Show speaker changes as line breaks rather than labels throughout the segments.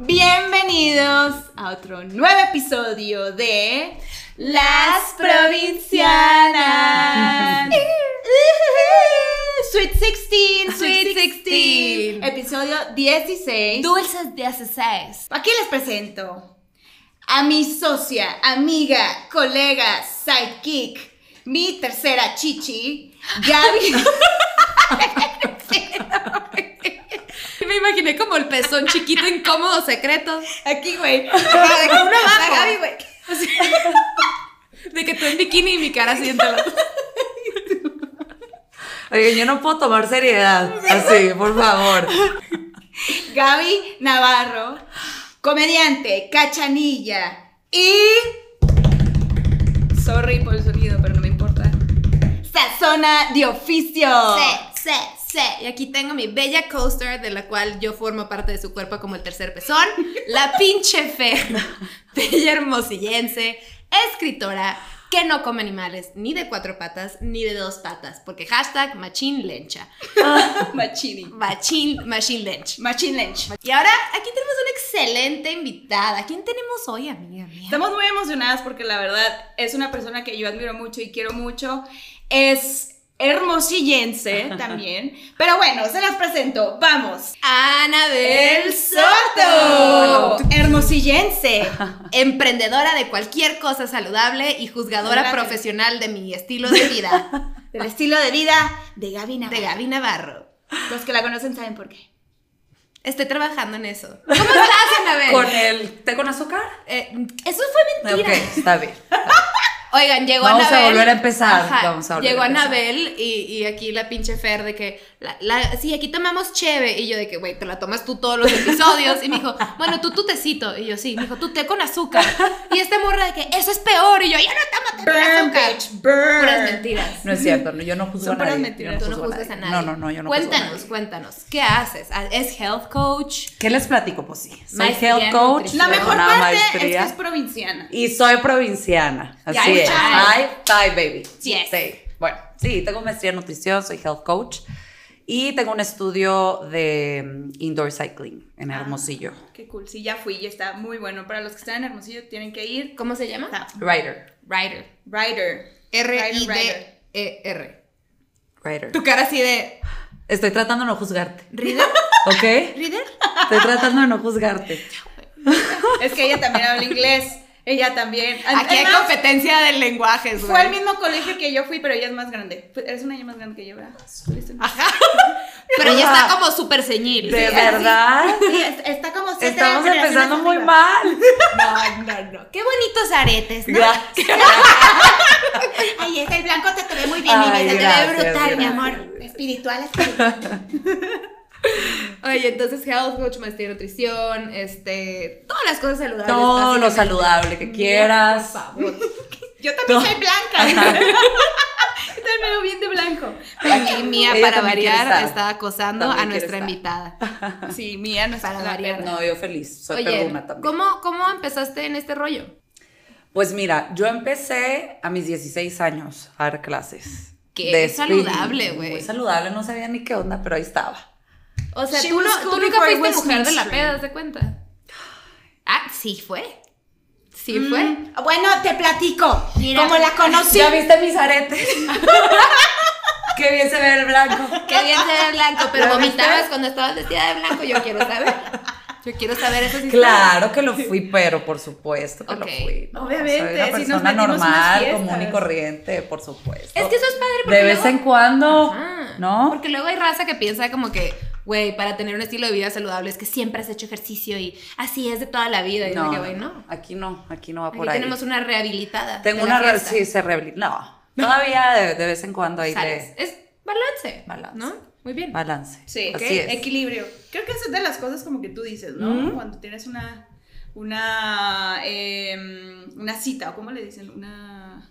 Bienvenidos a otro nuevo episodio de Las Provincianas. Sweet 16, Sweet
Sweet
16,
16.
episodio 16.
Dulces de hace seis.
Aquí les presento a mi socia, amiga, colega, sidekick, mi tercera chichi, Gaby.
Me imaginé como el pezón chiquito, incómodo, secreto.
Aquí, güey. Ajá, de que uno abajo. La Gaby, güey.
De que tú en bikini y mi cara así entre las-
Oigan, yo no puedo tomar seriedad. Así, por favor.
Gaby Navarro, comediante, cachanilla y... Sorry por el sonido, pero no me importa. Sazona de oficio.
Sí, sí, sí. Y aquí tengo mi bella coaster, de la cual yo formo parte de su cuerpo como el tercer pezón. La pinche Fer. Bella hermosillense, escritora, que no come animales, ni de cuatro patas, ni de dos patas. Porque hashtag machine lencha.
Machini.
Machine, machine lench.
Machine Lynch.
Y ahora aquí tenemos una excelente invitada. ¿Quién tenemos hoy, amiga mía?
Estamos muy emocionadas porque la verdad es una persona que yo admiro mucho y quiero mucho. Es hermosillense también. Pero bueno, se las presento. Vamos.
Anabel
El Soto. Hermosillense.
Emprendedora de cualquier cosa saludable y juzgadora
Gracias.
profesional de mi estilo de vida,
Del estilo de vida de Gaby
de
Navarro.
Gaby Navarro.
Los que la conocen saben por qué.
Estoy trabajando en eso. ¿Cómo estás, Anabel?
¿Con el té con azúcar?
Eh, eso fue
Ok,
mentira.
está bien.
Oigan, llegó
Vamos a
Anabel.
volver a empezar, vamos a volver
llegó
a empezar.
Anabel y, y aquí la pinche Fer de que, la, la- sí, aquí tomamos cheve. Y yo de que, güey, te la tomas tú todos los episodios. Y me dijo, bueno, tú tu tecito. Y yo, sí, me dijo, tú té con azúcar. Y esta morra de que, eso es peor. Y yo, yo no tomo té con
Burn,
azúcar.
bitch, burn.
Puras mentiras.
No es cierto, no, yo no juzgo
Son
a nadie.
puras
yo
mentiras,
Tú no
juzgo
juzgas a nadie.
No, no, no, yo no juzgo a
Cuéntanos,
nadie.
cuéntanos, ¿qué haces? Ah, ¿Es health coach?
¿Qué les platico? Pues sí, soy
Maestría en
health coach.
nutrición.
La
tengo
mejor
una
parte
maestría
es que es provinciana.
Y soy provinciana.
Ya,
Así es.
ya.
High five, baby.
Yes.
Sí. Bueno, sí, tengo maestría en nutrición, soy health coach. Y tengo un estudio de mm, indoor cycling en
Ah.
Hermosillo.
Qué cool. Sí, ya fui y está muy bueno. Para los que están en Hermosillo tienen que ir.
¿Cómo se llama?
Ah.
Está
Rider.
Rider.
Rider. Rider, rider.
R-I-D-E-R.
Rider.
Tu cara así de...
Estoy tratando de no juzgarte.
¿Rider?
¿Ok?
¿Rider?
Estoy tratando de no juzgarte.
Es que ella también habla inglés. Ella también.
Aquí hay
Además,
competencia de lenguajes,
Fue al
güey.
mismo colegio que yo fui, pero ella es más grande. Fue- Eres un año más grande que yo, ¿verdad? Fuiste un-
Pero ya
Ajá.
está como súper ceñil.
De
así.
verdad.
Sí, es- está como siete
Estamos
generaciones
empezando muy
arriba.
No,
mal.
no, no. Qué bonitos aretes, ¿no? este,
Gracias.
Ay, es el blanco te te ve muy
Ay,
mi vida,
gracias, gracias.
Espiritual, espiritual.
Oye, entonces health coach, maestría en nutrición, este... Todas las cosas saludables.
Todo lo
básicamente.
saludable que quieras.
Por favor.
Yo también
No.
soy blanca. Yo también me veo bien de blanco.
Aquí Mía,
Ella
para
también quiere
variar,
estar.
está acosando a
También
nuestra
quiere estar.
invitada.
Sí, mía no es
Para
la
variar.
perra.
No, yo feliz. Soy
Oye,
perdona también.
¿cómo, ¿cómo empezaste en este rollo?
Pues mira, yo empecé a mis 16 años a dar clases.
Qué
de spinning.
saludable, güey.
Muy saludable, no sabía ni qué onda, pero ahí estaba.
O sea,
She
tú, no-
was
tú
cool
nunca
before
fuiste
it was
mujer de la
mainstream.
peda, ¿haz de cuenta? Ah, sí fue. Sí
Mm,
fue.
Bueno, te platico.
Mira.
Como la
Pues
conocí.
¿Ya viste mis aretes? qué bien se ve el blanco.
Qué bien se ve blanco, pero
¿Lo
vomitabas
viste?
cuando estabas vestida de blanco. Yo quiero saber. Yo quiero saber eso.
Claro que lo fui, pero por supuesto que
Ok.
lo fui. ¿no?
Obviamente,
Soy una
si nos metimos
persona
unas
normal,
fiestas.
común y corriente, por supuesto.
Es que eso es padre porque
De vez
luego-
en cuando,
Ajá.
¿no?
Porque luego hay raza que piensa como que, güey, para tener un estilo de vida saludable es que siempre has hecho ejercicio y así es de toda la vida. Y no, que, güey, no.
Aquí no, aquí no va
Aquí
por ahí.
tenemos una rehabilitada.
Tengo
de la
una re-
fiesta.
sí, se rehabilita. No, todavía de, de vez en cuando hay
Sales.
de
Es balance.
Balance.
¿No? Muy bien.
balance.
Sí,
así
ok,
es. Mm.
equilibrio. Creo que esa es de las cosas como que tú dices, ¿no? Cuando tienes una una em, una cita o cómo le dicen, una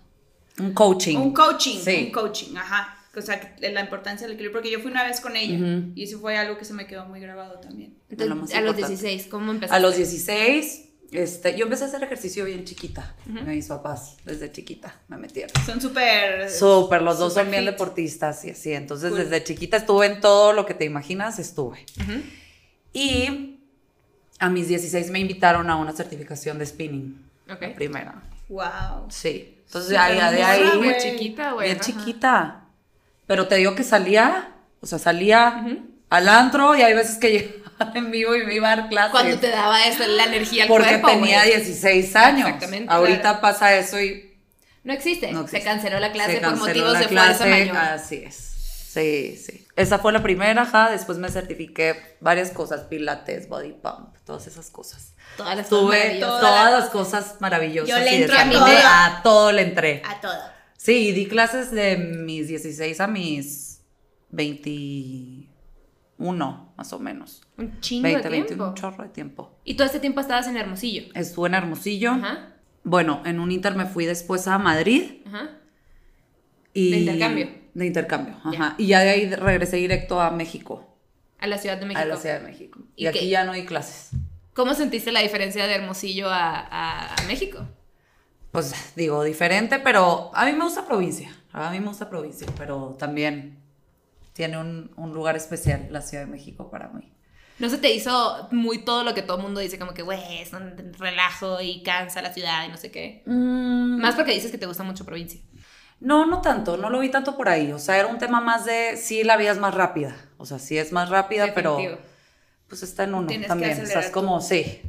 Un coaching.
un coaching,
Sí.
un coaching, ajá. O sea, que la importancia del equilibrio porque yo fui una vez con ella y eso fue algo que se me quedó muy grabado también.
Entonces,
Lo más
a los
importante.
16, ¿cómo empezaste?
A los 16, este, yo empecé a hacer ejercicio bien chiquita. Mis papás, desde chiquita, me metieron.
Son súper
Súper, los dos
súper
son bien
fit.
deportistas y así. Entonces,
Cool.
desde chiquita estuve en todo lo que te imaginas, estuve.
Ujú.
Y a mis 16 me invitaron a una certificación de spinning.
Ok.
La primera.
Wow.
Sí. Entonces,
Súper
ahí, de ahí.
morra,
Muy
güey.
chiquita, güey.
bien
ajá.
chiquita. Pero te digo que salía, o sea, salía al antro y hay veces que llegaba en vivo y me iba a dar clases.
Cuando te daba eso, la energía al
porque
cuerpo,
tenía
güey.
16 años.
Exactamente,
Ahorita
claro.
pasa eso y
No existe.
no existe.
Se canceló la clase
Se
por
canceló
motivos
la
de fuerza
clase, ah,
mayor.
Así es. Sí, sí. Esa fue la primera, ajá. Después me certifiqué varias cosas, pilates, body pump, todas esas cosas.
Todas las
Tuve
maravillosas.
Toda
todas
la-
las cosas maravillosas.
Yo le
y de
entro a mi
salud.
dedo.
A todo le entré.
A todo.
Sí, y di clases de mis 16 a mis 21, más o menos.
Un chingo
20,
de
21,
tiempo.
un chorro de tiempo.
Y todo este tiempo estabas en Hermosillo.
Estuve en Hermosillo.
Ajá.
Bueno, en un inter me fui después a Madrid.
Ajá.
Y
¿De intercambio?
De intercambio, ajá. Y ya de ahí regresé directo a México,
A la Ciudad de México.
a la Ciudad de México. Y,
¿Y
aquí
qué?
ya no di clases.
¿Cómo sentiste la diferencia de Hermosillo a, a- a México?
Pues digo, diferente, pero a mí me gusta provincia. A mí me gusta provincia, pero también tiene un, un lugar especial la Ciudad de México para mí.
¿No se te hizo muy todo lo que todo el mundo dice, como que, güey, es un relajo y cansa la ciudad y no sé qué? Más porque dices que te gusta mucho provincia.
No, no tanto, no lo vi tanto por ahí. O sea, era un tema más de sí, la vida es más rápida. O sea, sí es más rápida, pero
Definitivo.
pues está en uno
Tienes que
también. O sea, es
acelerar
como, sí,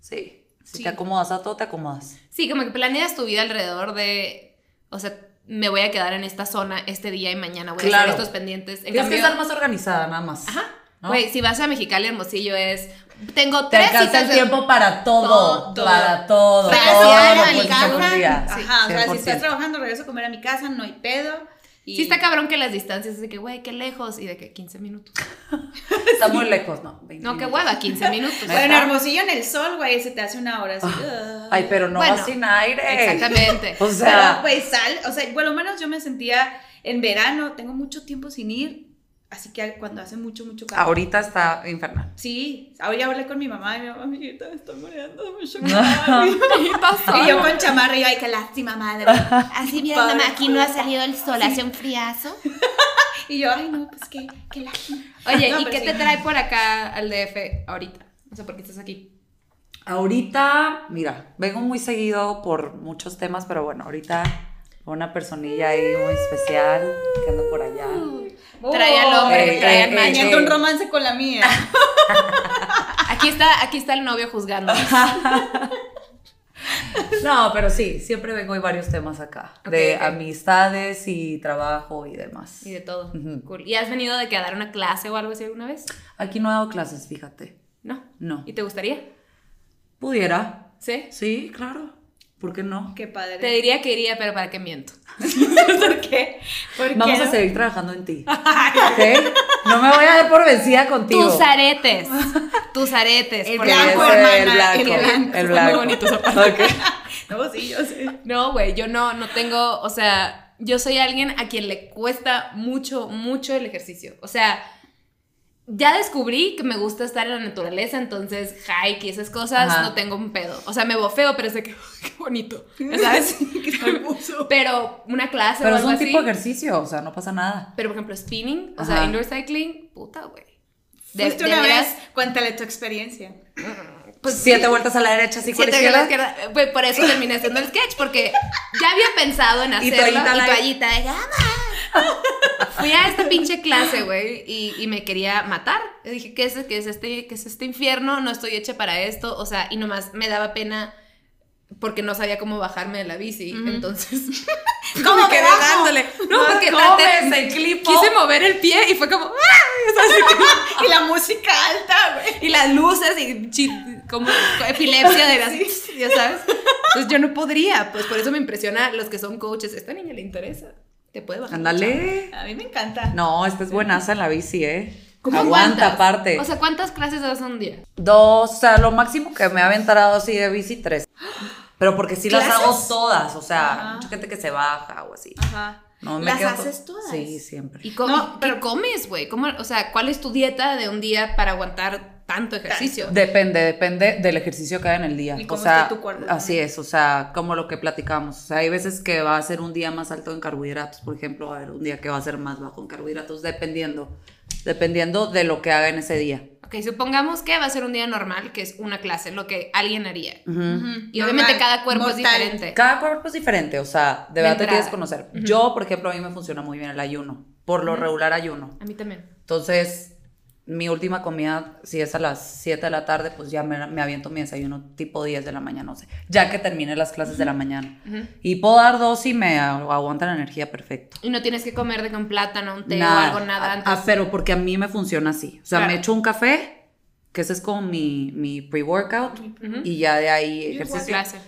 sí. Si
Sí.
te acomodas a todo, te acomodas.
Sí, como que planeas tu vida alrededor de, o sea, me voy a quedar en esta zona este día y mañana voy a
Claro.
hacer estos pendientes. En
Tienes que
cambio-
estar más organizada, nada más.
Ajá.
¿no?
Güey, si vas a Mexicali Hermosillo es, tengo
Te
tres
alcanza
citas
el
de-
tiempo para todo,
Todo.
para todo.
Para
todo pues,
llegar
lo
a mi
puedes hacer un
casa,
día.
Ajá, o sea, si
100%.
estás trabajando, regreso a comer a mi casa, no hay pedo. Y...
Sí está cabrón que las distancias es de que, güey, qué lejos y de que 15 minutos.
Está muy lejos, ¿no? 20
No, qué
minutos.
hueva, 15 minutos.
Bueno, en Hermosillo en el sol, güey, se te hace una hora así. ugh.
Ah. Ay, pero no
Bueno,
vas sin aire.
Exactamente.
O
Pero,
sea,
güey, sal, o sea, por lo menos yo me sentía en verano, tengo mucho tiempo sin ir, así que cuando hace mucho, mucho calor.
ahorita está infernal.
Sí, ahorita hablé con mi mamá y mi mamá, amiguita, está muriendo de mucho
¿Qué pasó?
Y yo con chamarra y yo, ay, qué lástima, madre.
Así mira,
Padre.
mamá, aquí no ha salido el sol, hace un friazo.
Y yo, ay, no, pues qué, qué lástima.
Oye,
No,
¿y
pero
qué
sí.
te trae por acá al DF ahorita? O sea, ¿por qué estás aquí?
Ahorita, mira, vengo muy seguido por muchos temas, pero bueno, ahorita una personilla ahí muy especial que anda por allá.
Trae al hombre,
güey,
trae al macho.
Teniendo un romance con la mía.
Ah.
Aquí está, aquí está el novio juzgando.
No, pero sí, siempre vengo y varios temas acá,
Ok,
de
ok.
amistades y trabajo y demás.
Y de todo.
Ujú.
Cool. ¿Y has venido de que a dar una clase o algo así alguna vez?
Aquí no he dado clases, fíjate.
No.
No.
¿Y te gustaría?
¿Pudiera?
Sí.
Sí, claro. ¿Por qué no?
Qué padre.
Te diría que iría, pero ¿para qué miento?
¿Por qué? ¿Por
Vamos
qué?
a seguir trabajando en ti. ¿Ok? No me voy a dar por vencida contigo.
Tus aretes. Tus aretes.
El
por
blanco,
favor.
Ese,
hermana,
El
el
blanco.
blanco.
El
Muy
blanco.
bonito
Ok.
No, sí, yo sé.
No, güey, yo no, no tengo, o sea, yo soy alguien a quien le cuesta mucho, mucho el ejercicio. O sea, ya descubrí que me gusta estar en la naturaleza, entonces hike y esas cosas,
Ajá.
no tengo un pedo. O sea, me bofeo, pero sé que, qué bonito, ¿sabes?
que se puso.
pero una clase
Pero
o
es
algo
un
así.
tipo de ejercicio, o sea, no pasa nada.
Pero, por ejemplo, spinning, o
Ajá.
sea, indoor cycling, puta, güey. De-
Fuiste
de
una
veras,
vez, cuéntale tu experiencia.
pues,
Siete vueltas a la derecha, cinco a la
Siete de la
izquierda.
izquierda. Güey, por eso terminé haciendo el sketch, porque ya había pensado en hacerlo. Y
toallita
toallita,
al aire.
de gama. Fui a esta pinche clase, güey, y, y me quería matar. Yo dije, ¿qué es, qué es este, qué es este infierno? No estoy hecha para esto. O sea, y nomás me daba pena porque no sabía cómo bajarme de la bici. Entonces,
¿Cómo
me
me
quedé
bajo?
dándole. No, porque
¿Cómo
traté-
ves el clipo?
quise mover el pie y fue como, ¡ah! O sea, así como-
Y la música alta, güey.
y las luces y chi- como epilepsia de las, ya sabes. Entonces yo no podría, pues por eso me impresiona los que son coaches. Esta niña le interesa. Te puede bajar.
Ándale.
A mí me encanta.
No, esta es buenaza en la bici, ¿eh?
¿Cómo
Aguanta
aguantas?
aparte.
O sea, ¿cuántas clases das un día?
Dos, o sea, lo máximo que me ha aventado así de bici, tres. Pero porque sí las
¿Clases?
hago todas, o sea,
Ajá.
mucha gente que se baja o así.
Ajá.
No, me
¿Las
quedo
haces
con-
todas?
Sí, siempre.
¿Y cómo,
No,
y qué comes, güey? ¿Cómo- O sea, ¿cuál es tu dieta de un día para aguantar tanto ejercicio?
Depende, depende del ejercicio que haga en el día.
Y
o
cómo
sea,
esté tu cuerpo
así
también.
es, o sea, como lo que platicamos. O sea, hay veces que va a ser un día más alto en carbohidratos, por ejemplo, va a haber un día que va a ser más bajo en carbohidratos, dependiendo, dependiendo de lo que haga en ese día.
ok, supongamos que va a ser un día normal, que es una clase, lo que alguien haría.
Ujú.
Y obviamente
Mm. Normal,
cada cuerpo es
mortal.
diferente.
Cada cuerpo es diferente, o sea, de verdad te
Vendrá.
tienes que conocer. Yo, por ejemplo, a mí me funciona muy bien el ayuno, por lo regular ayuno.
A mí también.
Entonces, mi última comida, si es a las 7 de la tarde, pues ya me, me aviento mi desayuno tipo 10 de la mañana, no sé, ya que termine las clases de la mañana. Y puedo dar dos y me agu- aguanta la energía perfecto.
Y no tienes que comer de que un plátano, un té o algo, nada
Ah,
antes.
ah, pero porque a mí me funciona así. O sea,
Claro.
me echo un café, que ese es como mi, mi pre-workout, y ya de ahí
Igual.
ejercicio.
clase.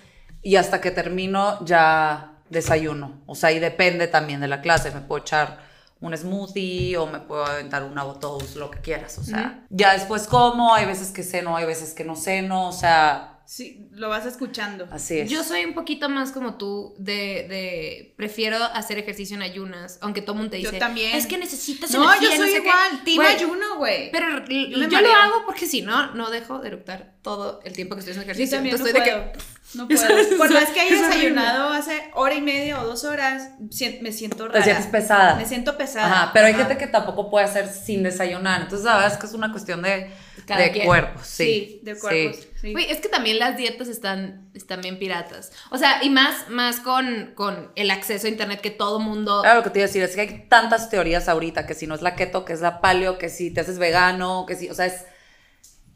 Y hasta que termino ya desayuno. O sea, y depende también de la clase. Me puedo echar un smoothie o me puedo aventar una botox, lo que quieras. O sea, ya después como, hay veces que ceno, hay veces que no ceno. O sea,
Sí, lo vas escuchando.
así es.
Yo soy un poquito más como tú, de, de prefiero hacer ejercicio en ayunas, aunque todo el mundo te
Yo
dice.
también.
Es que necesitas
No,
energía,
yo soy
sé qué".
igual, team
Güey,
ayuno, güey.
Pero l-
Yo
yo,
me
lo
mareo.
hago porque si no, no dejo de eructar todo el tiempo que estoy haciendo
Yo
ejercicio.
también no
Entonces
puedo.
estoy de que
No puedo. Por más que haya desayunado hace hora y media o dos horas, sien- me siento rara.
Te sientes pesada.
Me siento pesada.
Ajá, pero hay
Ajá.
gente que tampoco puede hacer sin desayunar. Entonces, la verdad es que es una cuestión de,
Cada
de
quien.
cuerpos.
Sí,
Sí,
de
sí.
cuerpos. sí.
Güey, es que también las dietas están, están bien piratas. O sea, y más, más con, con el acceso a internet que todo mundo.
Claro, lo que te iba a decir es que hay tantas teorías ahorita, que si no es la keto, que es la paleo, que si te haces vegano, que si, o sea, es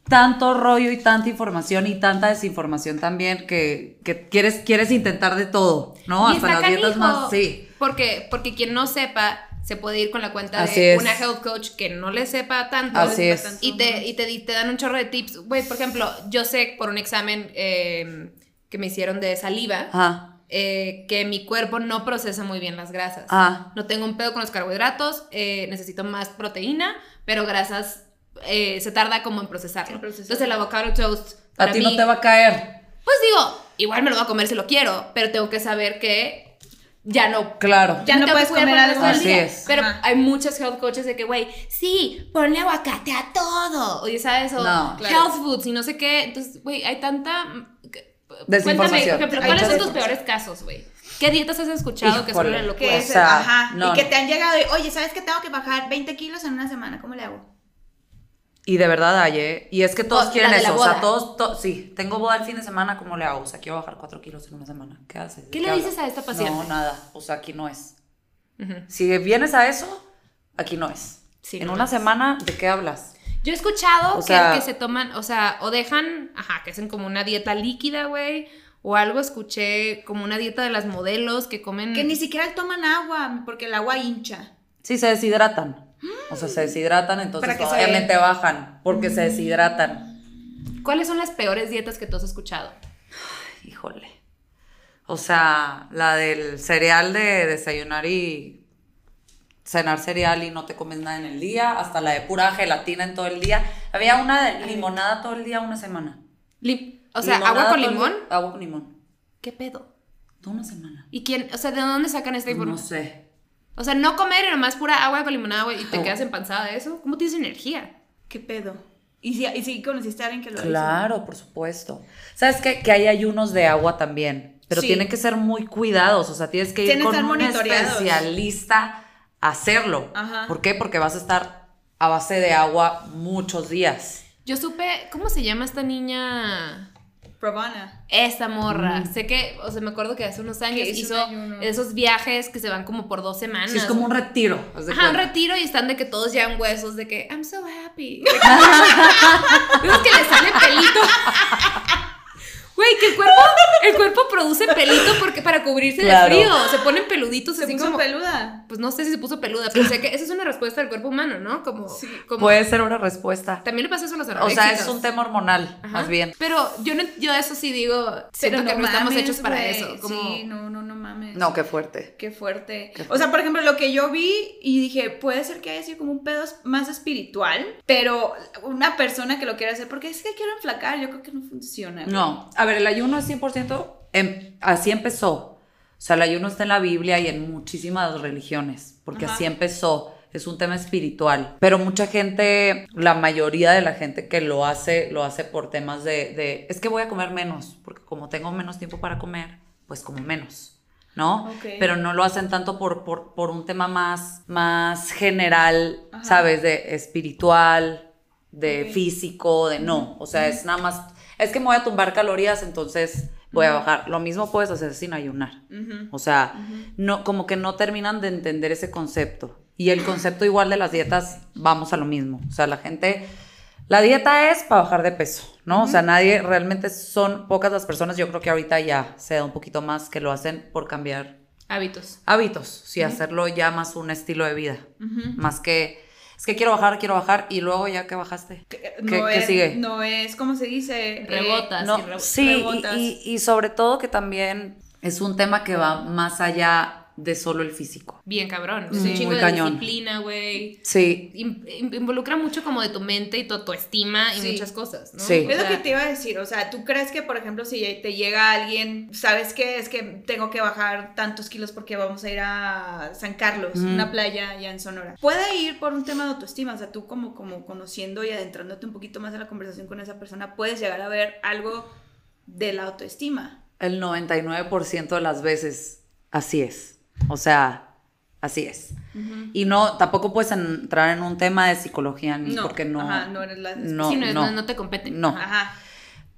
tanto rollo y tanta información y tanta desinformación también que, que quieres, quieres intentar de todo, ¿no?
Y
Hasta
está
las dietas
canijo,
más, sí.
Porque, porque quien no sepa se puede ir con la cuenta
Así
de
es.
una health coach que no le sepa tanto.
Así es.
Y te, y te, di- te dan un chorro de tips. Güey, por ejemplo, yo sé por un examen eh, que me hicieron de saliva
Ajá.
eh, que mi cuerpo no procesa muy bien las grasas.
Ah.
No tengo un pedo con los carbohidratos, eh, necesito más proteína, pero grasas eh, se tarda como en procesarlo.
En procesarlo.
Entonces el avocado toast para
A ti
mí,
no te va a caer.
pues digo, igual me lo voy a comer si lo quiero, pero tengo que saber que ya no
Claro.
Ya no
tengo
puedes
que cuidar
comer
para el
algo
resto del día.
Así es.
Pero
Ajá.
hay muchas health coaches de que, güey,
Sí, ponle aguacate a todo.
oye, ¿sabes? O
No,
claro.
health foods y no sé qué. Entonces, güey, hay tanta... Cuéntame, por
Desinformación.
ejemplo,
Hay
¿cuáles
tanta
son tus peores casos, güey? ¿Qué dietas has escuchado que son
Híjole.
una
que
locura?
O
es-
sea,
ajá,
no,
y que
no.
te han llegado y, oye, ¿sabes que tengo que bajar 20 kilos en una semana? ¿Cómo le hago?
Y de verdad hay, ¿eh? Y es que todos
Oh,
quieren
la de la
eso. O sea,
boda.
todos, to- sí, tengo boda el fin de semana, ¿cómo le hago? O sea, quiero bajar cuatro kilos en una semana. ¿Qué haces? ¿De
¿Qué le
hablas?
dices a esta paciente?
No, nada. O sea, aquí no es.
Ujú.
Si vienes a eso, aquí no es.
Sí,
en
no
una
es.
semana, ¿de qué hablas?
Yo he escuchado
O
que,
sea-
que se toman, o sea, o dejan, ajá, que hacen como una dieta líquida, güey, o algo escuché como una dieta de las modelos que comen.
Que ni siquiera toman agua, porque el agua hincha.
Sí, se deshidratan. O sea, se deshidratan, entonces
Para que se-
obviamente bajan, porque
Mm.
se deshidratan.
¿Cuáles son las peores dietas que tú has escuchado?
Híjole. O sea, la del cereal de desayunar y cenar cereal y no te comes nada en el día, hasta la de pura gelatina en todo el día. Había una de limonada todo el día, una semana.
Lim- o sea,
Limonada
agua con
todo el día-
limón.
Agua con limón.
¿Qué pedo?
Toda una semana.
¿Y quién? O sea, ¿de dónde sacan esta
No
información?
sé.
O sea, no comer y nomás pura agua con limonada, güey, y te
Oh.
quedas empanzada de eso. ¿Cómo tienes energía?
¿Qué pedo? Y si, y si conociste a alguien que lo
Claro, por supuesto. ¿Sabes qué? Que hay ayunos de agua también, pero
Sí.
tienen que ser muy cuidados, o sea, tienes que ir
Tienen que
con
estar
un
monitoreados.
especialista a hacerlo.
Ajá.
¿Por qué? Porque vas a estar a base de agua muchos días.
Yo supe, ¿cómo se llama esta niña?
hizo? Provana.
Esta morra.
Mm.
Sé que, o sea, me acuerdo que hace unos años
hizo
hizo
un ayuno.
esos viajes que se van como por dos semanas.
Sí, es como un retiro. haz de
Ah, Ajá, un
cuenta.
retiro y están de que todos llevan huesos, de que I'm so happy. De que, Vemos que le sale pelito. Güey, que el cuerpo, el cuerpo produce pelito porque para cubrirse
Claro.
de frío. Se ponen peluditos
Se
así
puso
como.
peluda.
Pues no sé si se puso peluda, pero sé que esa es una respuesta del cuerpo humano, ¿no? Como. como
Puede ser una respuesta.
También le pasa eso a los
Pues, O sea, es
anoréxicos.
un tema hormonal,
Ajá.
más bien.
Pero yo, no, yo eso sí digo, siento
Pero
que no estamos
mames,
hechos para
güey.
eso. Como,
Sí, no, no, no mames.
No, qué fuerte.
Qué fuerte.
Qué fuerte.
O sea, por ejemplo, lo que yo vi y dije, puede ser que haya sido como un pedo más espiritual, pero una persona que lo quiera hacer, porque es que quiero enflacar, yo creo que no funciona. güey.
No, a ver, el ayuno es 100%, em- así empezó. O sea, el ayuno está en la Biblia y en muchísimas religiones, porque
Ajá.
así empezó. Es un tema espiritual. Pero mucha gente, la mayoría de la gente que lo hace, lo hace por temas de, de es que voy a comer menos, porque como tengo menos tiempo para comer, pues como menos, ¿no?
Ok.
Pero no lo hacen tanto por, por, por un tema más, más general,
Ajá.
¿sabes? De espiritual, de físico, de no. O sea, es nada más, es que me voy a tumbar calorías, entonces voy a bajar. Lo mismo puedes hacer sin ayunar. O sea, no, como que no terminan de entender ese concepto. Y el concepto igual de las dietas, vamos a lo mismo. O sea, la gente, la dieta es para bajar de peso, ¿no? O sea, nadie, realmente son pocas las personas, yo creo que ahorita ya se da un poquito más que lo hacen por cambiar
Hábitos.
hábitos, sí, hacerlo ya más un estilo de vida, más que es que quiero bajar, quiero bajar y luego ya que bajaste, ¿qué,
no
qué
es,
sigue?
No es, ¿cómo se dice? Eh,
Rebota.
No,
y rebo-
sí, y-
rebotas.
y, y sobre todo que también es un tema que va más allá de solo el físico.
Bien cabrón. Es
Mm, Muy
un chingo de
cañón.
disciplina, güey.
Sí,
Im- im- involucra mucho como de tu mente y tu autoestima y
Sí.
muchas cosas, ¿no?
Sí.
O
Es lo
sea,
que te iba a decir, o sea, ¿tú crees que, por ejemplo, si te llega alguien, sabes que es que tengo que bajar tantos kilos porque vamos a ir a San Carlos, una playa allá en Sonora? Puede ir por un tema de autoestima, o sea, tú como, como conociendo y adentrándote un poquito más en la conversación con esa persona, puedes llegar a ver algo de la autoestima.
el 99% de las veces así es. O sea, así es. Y no, tampoco puedes entrar en un tema de psicología ni
No,
porque no.
ajá, no eres la-
no,
sí, no, es-
no.
no- no te compete.
No.
Ajá.
Ajá.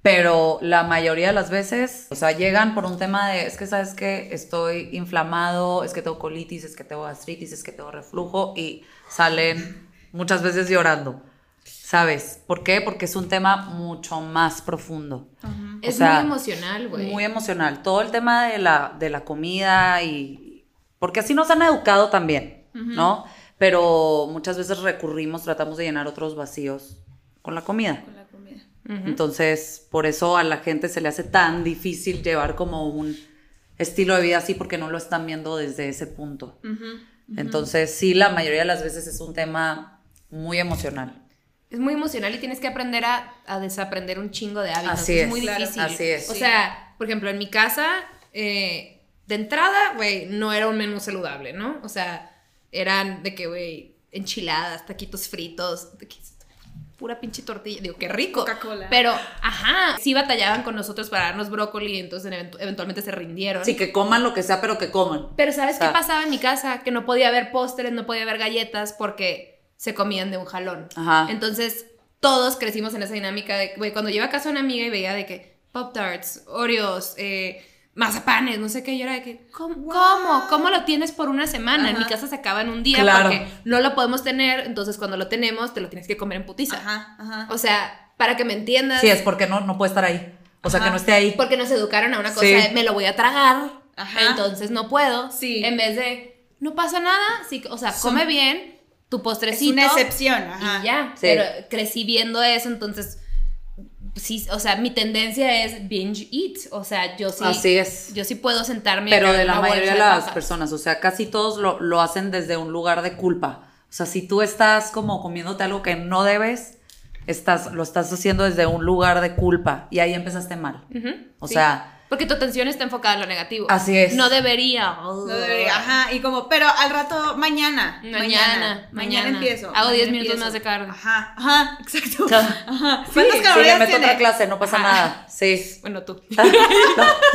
Pero la mayoría de las veces, o sea, llegan por un tema de, es que sabes que estoy inflamado, es que tengo colitis, es que tengo gastritis, es que tengo reflujo y salen muchas veces llorando. ¿Sabes? ¿Por qué? Porque es un tema mucho más profundo. O
Es
sea,
muy emocional, güey.
Muy emocional. Todo el tema de la, de la comida y... Porque así nos han educado también, ¿no? Pero muchas veces recurrimos, tratamos de llenar otros vacíos con la comida.
Con la comida.
Entonces, por eso a la gente se le hace tan difícil llevar como un estilo de vida así porque no lo están viendo desde ese punto. Entonces, sí, la mayoría de las veces es un tema muy emocional.
Es muy emocional y tienes que aprender a, a desaprender un chingo de hábitos.
Así
es,
es,
muy
claro,
difícil.
así es.
O
Sí.
sea, por ejemplo, en mi casa, eh, de entrada, güey, no era un menú saludable, ¿no? O sea, eran de que, güey, enchiladas, taquitos fritos, de que- pura pinche tortilla. Digo, qué rico.
Coca-Cola.
Pero, ajá, sí batallaban con nosotros para darnos brócoli, entonces eventu- eventualmente se rindieron.
Sí, que coman lo que sea, pero que coman.
Pero ¿sabes
O sea,
qué pasaba en mi casa? Que no podía haber pósteres, no podía haber galletas porque se comían de un jalón.
Ajá.
Entonces, todos crecimos en esa dinámica de, güey, cuando yo iba a casa de una amiga y veía de que Pop Tarts, Oreos, eh, mazapanes, no sé qué, yo era de que, ¿cómo? ¿Cómo, ¿Cómo lo tienes por una semana? En mi
Ajá.
casa se acaba en un día
Claro.
porque no lo podemos tener, entonces cuando lo tenemos te lo tienes que comer en putiza.
Ajá, ajá.
O sea, para que me entiendas,
Sí, es porque no, no puede estar ahí. O sea, que no esté ahí.
porque nos educaron a una cosa
Sí.
de me lo voy a tragar,
Ajá.
entonces no puedo.
Sí.
En vez de no pasa nada, sí, o sea, come bien tu
Es
postrecito
una excepción, ajá.
y ya.
Sí.
Pero crecí viendo eso, entonces sí, o sea, mi tendencia es binge eat, o sea, yo sí
Así es.
Yo sí puedo sentarme y
Pero
tragar
de la
una
mayoría de
bolsa
las
papas.
personas, o sea, casi todos lo, lo hacen desde un lugar de culpa. O sea, si tú estás como comiéndote algo que no debes, estás, lo estás haciendo desde un lugar de culpa y ahí empezaste mal. O
Sí.
sea,
porque tu atención está enfocada en lo negativo.
Así es.
No debería.
No debería, ajá, y como, pero al rato, mañana.
Mañana,
mañana,
mañana.
empiezo.
Hago
mañana
10 minutos
empiezo.
más de cardio.
Ajá, ajá, exacto.
Claro.
Ajá.
sí,
¿Cuántas
sí, le
calorías
meto otra
tiene?
clase, no pasa nada. Sí.
Bueno, tú.
No,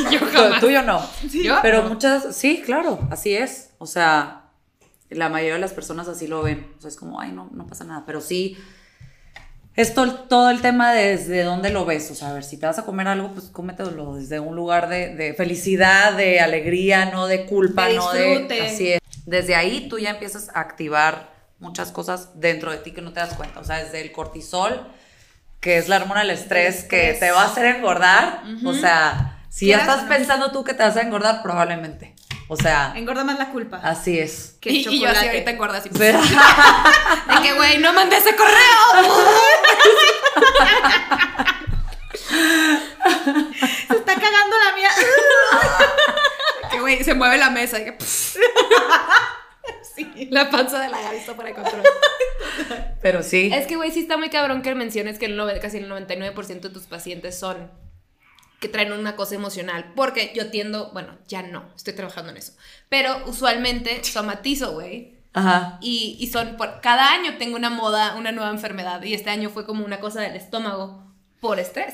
Yo
tú-
jamás.
Tú y yo no.
Yo
Pero
no.
muchas, sí, claro, así es. O sea, la mayoría de las personas así lo ven. O sea, es como, ay, no, no pasa nada. Pero sí, es tol- todo el tema de desde dónde lo ves. O sea, a ver, si te vas a comer algo, pues cómetelo desde un lugar de, de felicidad, de alegría, no de culpa,
De
no de...
disfrute.
Así es. Desde ahí tú ya empiezas a activar muchas cosas dentro de ti que no te das cuenta. O sea, desde el cortisol, que es la hormona del estrés, que
estrés.
te va a hacer engordar. O sea, si ya
Quieras
estás
o no.
pensando tú que te vas a engordar, probablemente. O sea,
Engorda más la culpa.
así es.
que
Ah, y, y yo así
chocolate.
ahorita engorda así.
Pero-
De que, güey, no mandé ese correo.
Se está cagando la mía.
que, güey, se mueve la mesa. Y que, pff,
sí.
la panza de la Gaby está fuera de control.
Pero sí.
es que, güey, sí está muy cabrón que menciones que el nove- casi el 99% de tus pacientes son que traen una cosa emocional. Porque yo tiendo, bueno, ya no, estoy trabajando en eso. Pero usualmente somatizo, güey.
Ajá.
Y, y son por cada año tengo una moda, una nueva enfermedad. Y este año fue como una cosa del estómago por estrés.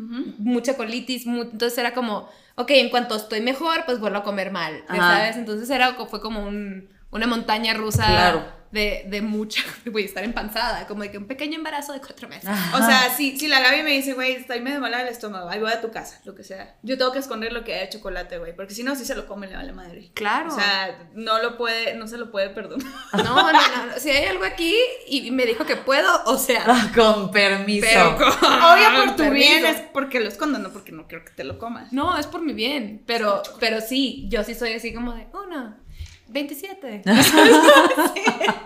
Mucha colitis, mu- entonces era como, ok, en cuanto estoy mejor, pues vuelvo a comer mal, ya
Ajá.
¿sabes? Entonces era, co- fue como un- una montaña rusa
Claro.
de, de mucha, voy a estar empanzada, como de que un pequeño embarazo de cuatro meses.
Ah.
O sea, si, si la Gaby me dice, güey, estoy medio mala del estómago, ahí voy a tu casa, lo que sea. Yo tengo que esconder lo que hay de chocolate, güey, porque si no, si se lo come, le vale madre.
Claro.
O sea, no lo puede, no se lo puede perdonar.
No, no, no, no. Si hay algo aquí y me dijo que puedo, o
Ah.
sea,
Con permiso.
pero con-
Obvio por tu
Ah, permiso.
bien es porque lo escondo, no porque no quiero que te lo comas.
No, es por mi bien, pero, pero sí, yo sí soy así como de, una, 27.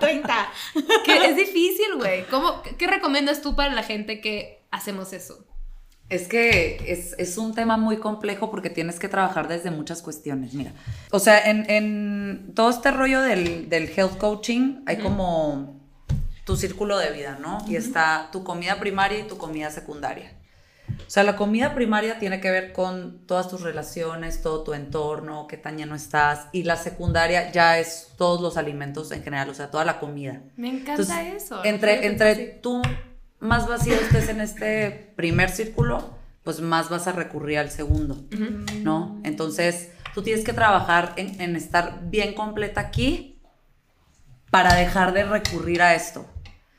30.
que es difícil, güey. ¿Cómo- ¿Qué recomiendas tú para la gente que hacemos eso?
Es que es, es un tema muy complejo porque tienes que trabajar desde muchas cuestiones, mira. O sea, en, en todo este rollo del, del health coaching hay como tu círculo de vida, ¿no? Y está tu comida primaria y tu comida secundaria. O sea, la comida primaria tiene que ver con todas tus relaciones, todo tu entorno, qué tan lleno estás. Y la secundaria ya es todos los alimentos en general, o sea, toda la comida.
Me encanta
Entonces,
eso.
Entre, entre tú más vacío estés en este primer círculo, pues más vas a recurrir al segundo, ¿no? Entonces, tú tienes que trabajar en, en estar bien completa aquí para dejar de recurrir a esto.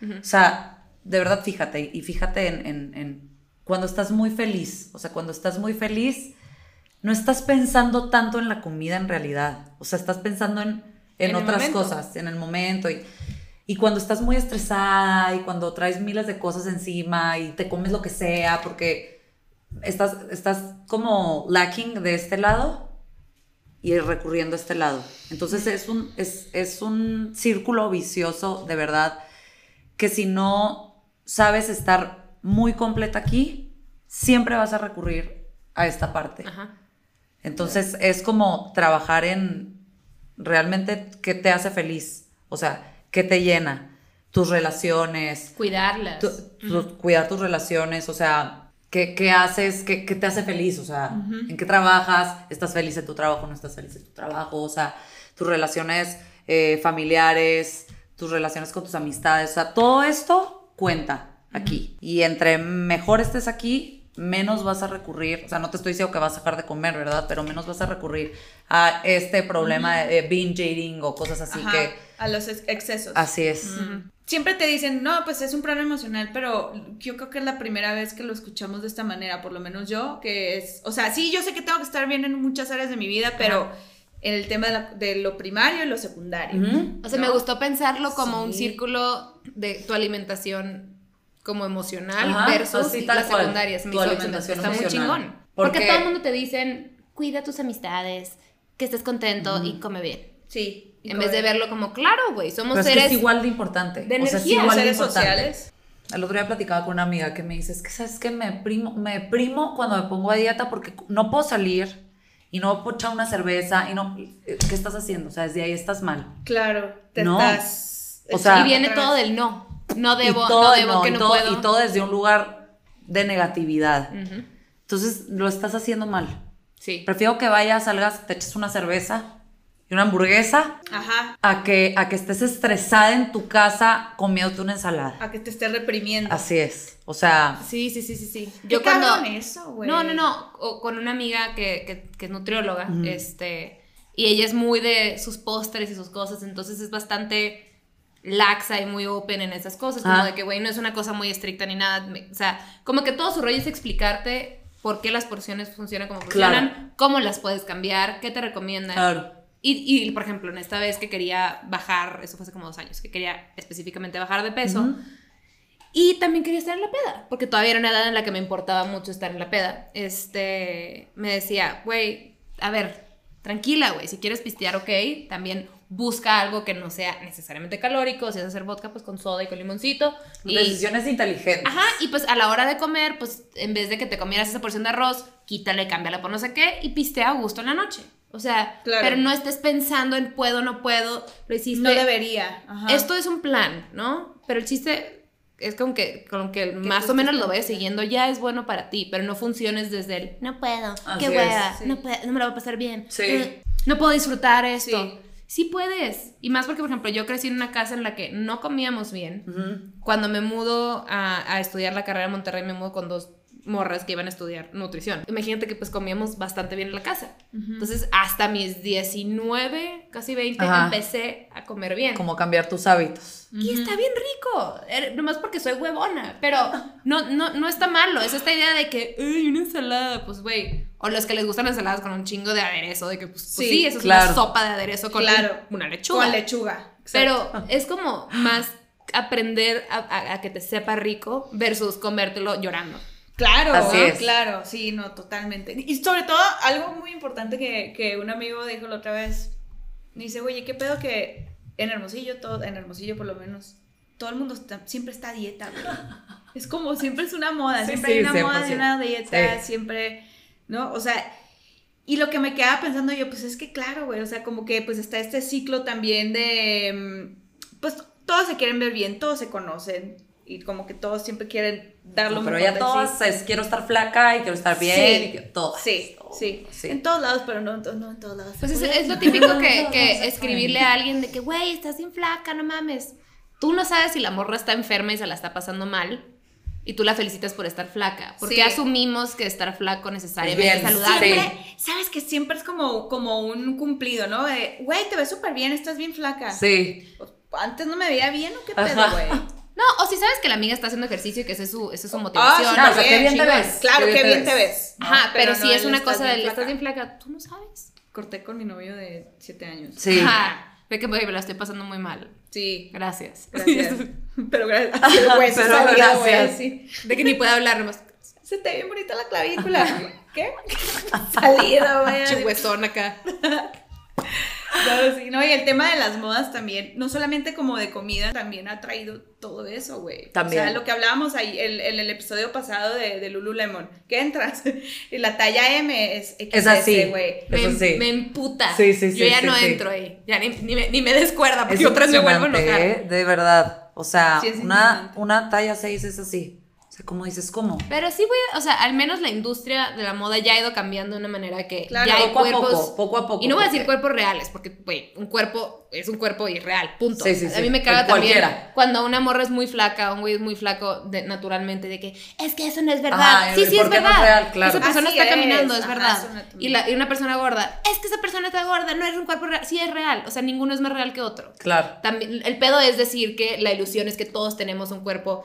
O sea, de verdad, fíjate, y fíjate en, en- en cuando estás muy feliz, o sea, cuando estás muy feliz, no estás pensando tanto en la comida en realidad, o sea, estás pensando en,
En
en
el
otras
momento.
cosas, en el momento, y, y cuando estás muy estresada y cuando traes miles de cosas encima y te comes lo que sea, porque estás, estás como lacking de este lado y recurriendo a este lado. Entonces es un, es, es un círculo vicioso, de verdad, que si no sabes estar muy completa aquí, siempre vas a recurrir a esta parte.
Ajá.
Entonces es como trabajar en realmente qué te hace feliz, o sea, qué te llena, tus relaciones,
Cuidarlas.
tu- tu- cuidar tus relaciones, o sea, qué, qué haces, qué, qué te hace feliz, o sea, en qué trabajas, estás feliz en tu trabajo, no estás feliz en tu trabajo, o sea, tus relaciones eh, familiares, tus relaciones con tus amistades, o sea, todo esto cuenta aquí. Y entre mejor estés aquí, menos vas a recurrir, o sea, no te estoy diciendo que vas a dejar de comer, ¿verdad? Pero menos vas a recurrir a este problema de, de binge eating o cosas así
Ajá,
que...
a los ex- excesos.
Así es.
Siempre te dicen, no, pues es un problema emocional, pero yo creo que es la primera vez que lo escuchamos de esta manera, por lo menos yo, que es, o sea, sí, yo sé que tengo que estar bien en muchas áreas de mi vida, pero en el tema de, la- de lo primario y lo secundario.
Ujú.
O sea,
¿no?
me gustó pensarlo como un
Sí.
círculo de tu alimentación como emocional
Ajá,
versus
así, tal
las
cual.
secundarias. Me
Tu
hizo-
alimentación
está muy
emocional.
chingón.
Porque-
Porque, todo el mundo te dicen, cuida tus amistades, que estés contento y come bien.
Sí. y
en vez de
comer.
verlo como, claro, güey, somos
Pero es que
seres...
es igual de
de
importante. o sea, es
energía,
igual de
seres
importante.
sociales.
El otro día platicaba con una amiga que me dice, es que sabes que me primo, me primo cuando me pongo a dieta porque no puedo salir y no puedo echar una cerveza y no... eh, ¿Qué estás haciendo? O sea, desde ahí estás mal.
Claro, te
No.
estás.
O sea-
y viene
otra
todo
vez.
del no. No
Y
debo,
todo-
no debo,
no,
que
y
no
todo-
puedo. Mm.
Y todo desde un lugar de negatividad.
Ujú.
Entonces lo estás haciendo mal.
Sí.
Prefiero que vayas, salgas, te eches una cerveza y una hamburguesa
Ajá,
a que, a que estés estresada en tu casa comiéndote una
Ah.
ensalada.
a que te estés reprimiendo.
Así es. O sea,
Sí, sí, sí, sí, sí.
Qué
Yo cuando...
cabrón eso, güey.
No, no, no. O con una amiga que, que- que es nutrióloga,
Ujú.
este, y ella es muy de sus pósteres y sus cosas, entonces es bastante laxa y muy open en esas cosas, como
Ah.
de que, güey, no es una cosa muy estricta ni nada. me- o sea, como que todo su rollo es explicarte por qué las porciones funcionan como
Claro.
funcionan, cómo las puedes cambiar, qué te recomiendan.
claro.
Y, y, por ejemplo, en esta vez que quería bajar, eso fue hace como dos años, que quería específicamente bajar de peso.
Ujú.
Y también quería estar en la peda, porque todavía era una edad en la que me importaba mucho estar en la peda. Este, me decía, güey, a ver, tranquila, güey, si quieres pistear, ok, también busca algo que no sea necesariamente calórico, si es hacer vodka, pues con soda y con limoncito. Y,
Decisiones inteligentes.
Ajá, y pues a la hora de comer, pues en vez de que te comieras esa porción de arroz, quítale, cámbiala por no sé qué y pistea a gusto en la noche. O sea,
Claro.
pero no estés pensando en puedo, no puedo, lo hiciste.
No debería. Ajá.
Este Esto es un plan, ¿no? Pero el chiste es con que, con que más
tú
o menos lo ves siguiendo ya es bueno para ti, pero no funciones desde el
No puedo.
Así
Qué
es.
hueva.
Sí.
No, puedo, no me la voy a pasar bien.
Sí.
eh, no puedo disfrutar esto.
Sí.
Sí. puedes. Y más porque, por ejemplo, yo crecí en una casa en la que no comíamos bien. Cuando me mudo a, a estudiar la carrera en Monterrey, me mudo con dos morras que iban a estudiar nutrición. Imagínate que pues comíamos bastante bien en la casa. Entonces, hasta mis 19, casi 20,
Ajá.
empecé a comer bien.
Como cambiar tus hábitos.
Y está bien rico, er- nomás porque soy huevona, pero no, no, no está malo, es esta idea de que, uy, una ensalada, pues güey, o los que les gustan ensaladas con un chingo de aderezo, de que pues pues, sí,
Sí,
eso es
claro.
una sopa de aderezo con
Claro.
un- una lechuga,
Con lechuga. exacto.
pero es como más aprender a, a- a que te sepa rico versus comértelo llorando.
Claro,
Así
¿no?
es.
claro, sí, no, totalmente. Y sobre todo, algo muy importante que, que un amigo dijo la otra vez, dice, oye, ¿qué pedo que en Hermosillo, todo, en Hermosillo por lo menos, todo el mundo está- siempre está a dieta, güey? Es como, siempre es una moda,
Sí,
siempre
sí,
hay una moda
100%.
de una dieta,
Sí.
siempre, ¿no? O sea, y lo que me quedaba pensando yo, pues es que claro, güey, o sea, como que pues está este ciclo también de, mm, pues todos se quieren ver bien, todos se conocen. Y como que todos siempre quieren dar lo
pero
mejor
ya
de
todas
sí.
es quiero estar flaca y quiero estar bien
Sí.
y que- todas. Oh,
Sí,
todas,
sí, En todos lados, pero no, en to- no en todos lados.
Pues es, es lo típico que, que escribirle a alguien de que, güey, estás bien flaca, no mames. Tú no sabes si la morra está enferma y se la está pasando mal. Y tú la felicitas por estar flaca. Porque
Sí.
asumimos que estar flaco necesariamente es
Bien,
saludable.
sí.
Siempre, sabes que siempre es como, como un cumplido, ¿no? De, güey, te ves súper bien, estás bien flaca.
Sí,
Pues, Antes no me veía bien, ¿o qué pedo,
Ajá. Ah,
güey?
No, o si sabes que la amiga está haciendo ejercicio y que esa es su, esa es su
Ah,
motivación.
no, o
súper
sea, qué bien te
chingón.
ves,
Claro,
qué bien
qué
te
bien te
ves.
ves.
Ajá,
No,
pero, si
no,
es
el
una
estás
cosa
bien
del estás
flaca.
bien flaca, tú no sabes.
Corté con mi novio de 7 años.
sí.
Ajá. Ve que güey, me la estoy pasando muy mal.
Sí,
Gracias.
gracias. pero gracias. Pero, güey, sí
Pero
salió, güey,
gracias.
sí.
De que ni puedo hablar nomás.
Se te ve bien bonita la clavícula. ¿Qué? Salida, Ah, güey.
Chihuezón acá.
Claro, sí, no, y el tema de las modas también, no solamente como de comida, también ha traído todo eso, güey.
También.
O sea, lo que hablábamos ahí el- en el episodio pasado de, de Lululemon, que entras y la talla M es XS,
Es así.
güey.
Me,
Eso sí.
me emputa.
Sí, sí,
Yo
sí,
ya
sí,
no
sí.
entro ahí. Ya ni, ni me, ni me descuerda
Es
porque otras me vuelvo a enojar.
impresionante, ¿eh? De verdad. O sea,
Sí, es
una,
impresionante.
una talla 6 es así. O sea, como dices, ¿cómo?
Pero sí voy, a- o sea, al menos la industria de la moda ya ha ido cambiando de una manera que
Claro,
ya hay
poco a
cuerpos.
poco, poco a poco.
y no voy a
porque-
decir cuerpos reales, porque, güey, un cuerpo es un cuerpo irreal, punto.
Sí, sí,
A
sí.
mí me caga también
Cualquiera.
cuando una morra es muy flaca, un güey es muy flaco de- naturalmente, de que
Es que eso no es verdad.
Ajá,
sí,
el
sí,
por
es
qué no
verdad.
es real, claro.
Esa persona
Así
está
es,
caminando, es
ajá,
verdad.
es una también.
Y, la- y una persona gorda, es que esa persona está gorda, no es un cuerpo real. Sí, es real. O sea, ninguno es más real que otro.
Claro.
También, el pedo es decir que la ilusión es que todos tenemos un cuerpo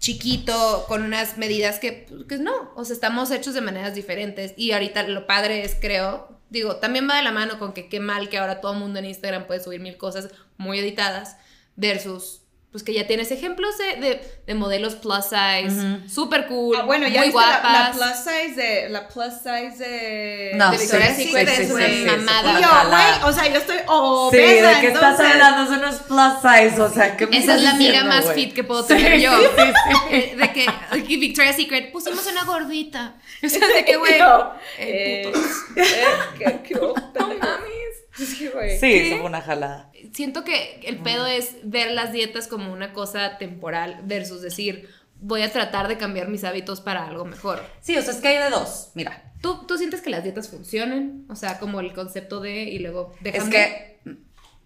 chiquito, con unas medidas que, que no, o sea, estamos hechos de maneras diferentes. Y ahorita lo padre es, creo, digo, también va de la mano con que qué mal que ahora todo el mundo en Instagram puede subir mil cosas muy editadas versus... Pues que ya tienes ejemplos de, de- de modelos plus size,
Ujú.
super cool,
Ah, bueno, ya
muy
viste la-
guapas.
la, plus size de la plus size de,
No,
de
sí,
Victoria's
sí,
Secret
sí,
es
sí,
una
sí, sí,
mamada.
sí,
Y yo,
ojalá.
güey, o sea, yo estoy obesa,
Sí, ¿de qué estás
entonces-
hablando? Son unos plus size, o sea, ¿qué me
Esa
estás
es la amiga
diciendo,
más
güey?
fit que puedo
Sí,
tener yo.
sí, sí,
Eh, De que y Victoria's Secret pusimos una gordita. O sea, de que,
Yo,
güey. eh,
eh,
putos.
eh, qué- qué onda, güey. Es que, güey.
Sí, eso fue una jalada.
Siento que el pedo es ver las dietas como una cosa temporal versus decir, voy a tratar de cambiar mis hábitos para algo mejor.
Sí, o sea, es que hay de dos. Mira,
¿Tú, tú sientes que las dietas funcionan? O sea, como el concepto de y luego déjame.
es que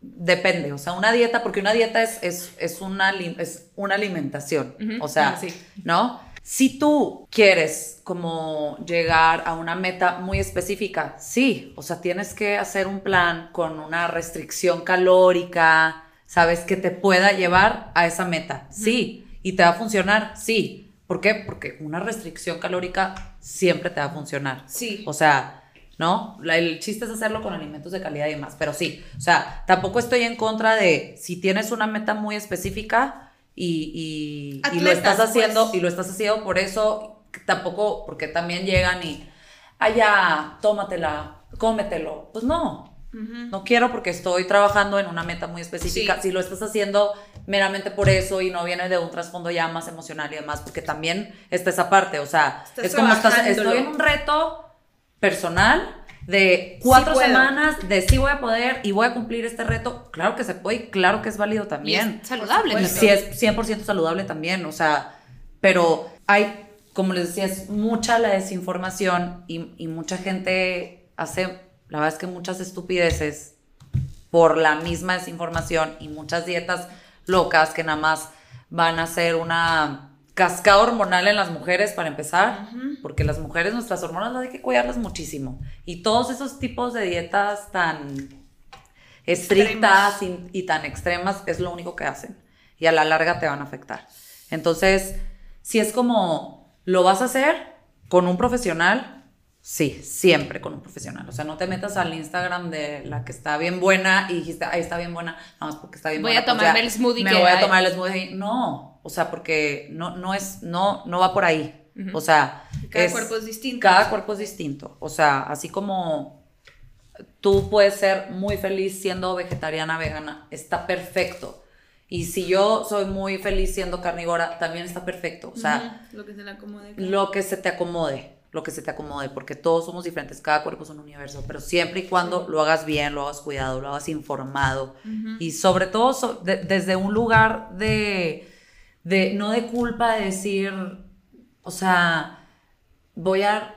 depende, o sea, una dieta, porque una dieta es, es, es, una, ali- es una alimentación,
Ujú,
o sea,
ah, sí.
¿no? Si tú quieres como llegar a una meta muy específica, sí, o sea, tienes que hacer un plan con una restricción calórica, ¿sabes? Que te pueda llevar a esa meta, sí, y te va a funcionar, sí. ¿Por qué? Porque una restricción calórica siempre te va a funcionar.
Sí.
O sea, ¿no? La- el chiste es hacerlo con alimentos de calidad y demás, pero sí. O sea, tampoco estoy en contra de si tienes una meta muy específica y, y- y lo
Atletas,
estás haciendo
pues.
y lo estás haciendo por eso, tampoco porque también llegan y allá, tómatela, cómetelo. Pues no. No quiero porque estoy trabajando en una meta muy específica.
Sí.
Si lo estás haciendo meramente por eso y no viene de un trasfondo ya más emocional y demás, porque también está esa parte. O sea,
Estás
es como estás,
trabajándolo.
estoy en un reto personal de cuatro
puedo.
semanas de sí voy a poder y voy a cumplir este reto. Claro que se puede y claro que es válido
Y es
también.
saludable.
Y
Bueno.
si es 100% saludable también, o sea, pero hay, como les decía, es mucha la desinformación y, y mucha gente hace, la verdad es que muchas estupideces por la misma desinformación y muchas dietas locas que nada más van a ser una cascada hormonal en las mujeres para empezar, porque las mujeres, nuestras hormonas las hay que cuidarlas muchísimo. Y todos esos tipos de dietas tan estrictas y, y tan extremas es lo único que hacen. Y a la larga te van a afectar. Entonces, si es como, ¿lo vas a hacer con un profesional? Sí, siempre con un profesional. O sea, no te metas al Instagram de la que está bien buena y dijiste, ahí está bien buena, nada más porque está bien
Voy
buena.
a
pues
tomarme
ya
el smoothie
Me
que
voy a
hay.
tomar el smoothie. No, o sea, porque no, no es, no, no va por ahí. O sea,
Cada cuerpo es distinto.
Cada cuerpo es distinto. O sea, así como tú puedes ser muy feliz siendo vegetariana, vegana, está perfecto. Y si yo soy muy feliz siendo carnívora, también está perfecto. O sea,
Ujú, lo que se le acomode.
lo que se te acomode, lo que se te acomode, porque todos somos diferentes, cada cuerpo es un universo, pero siempre y cuando lo hagas bien, lo hagas cuidado, lo hagas informado y sobre todo so- de- desde un lugar de, de, no de culpa, de decir, o sea, voy a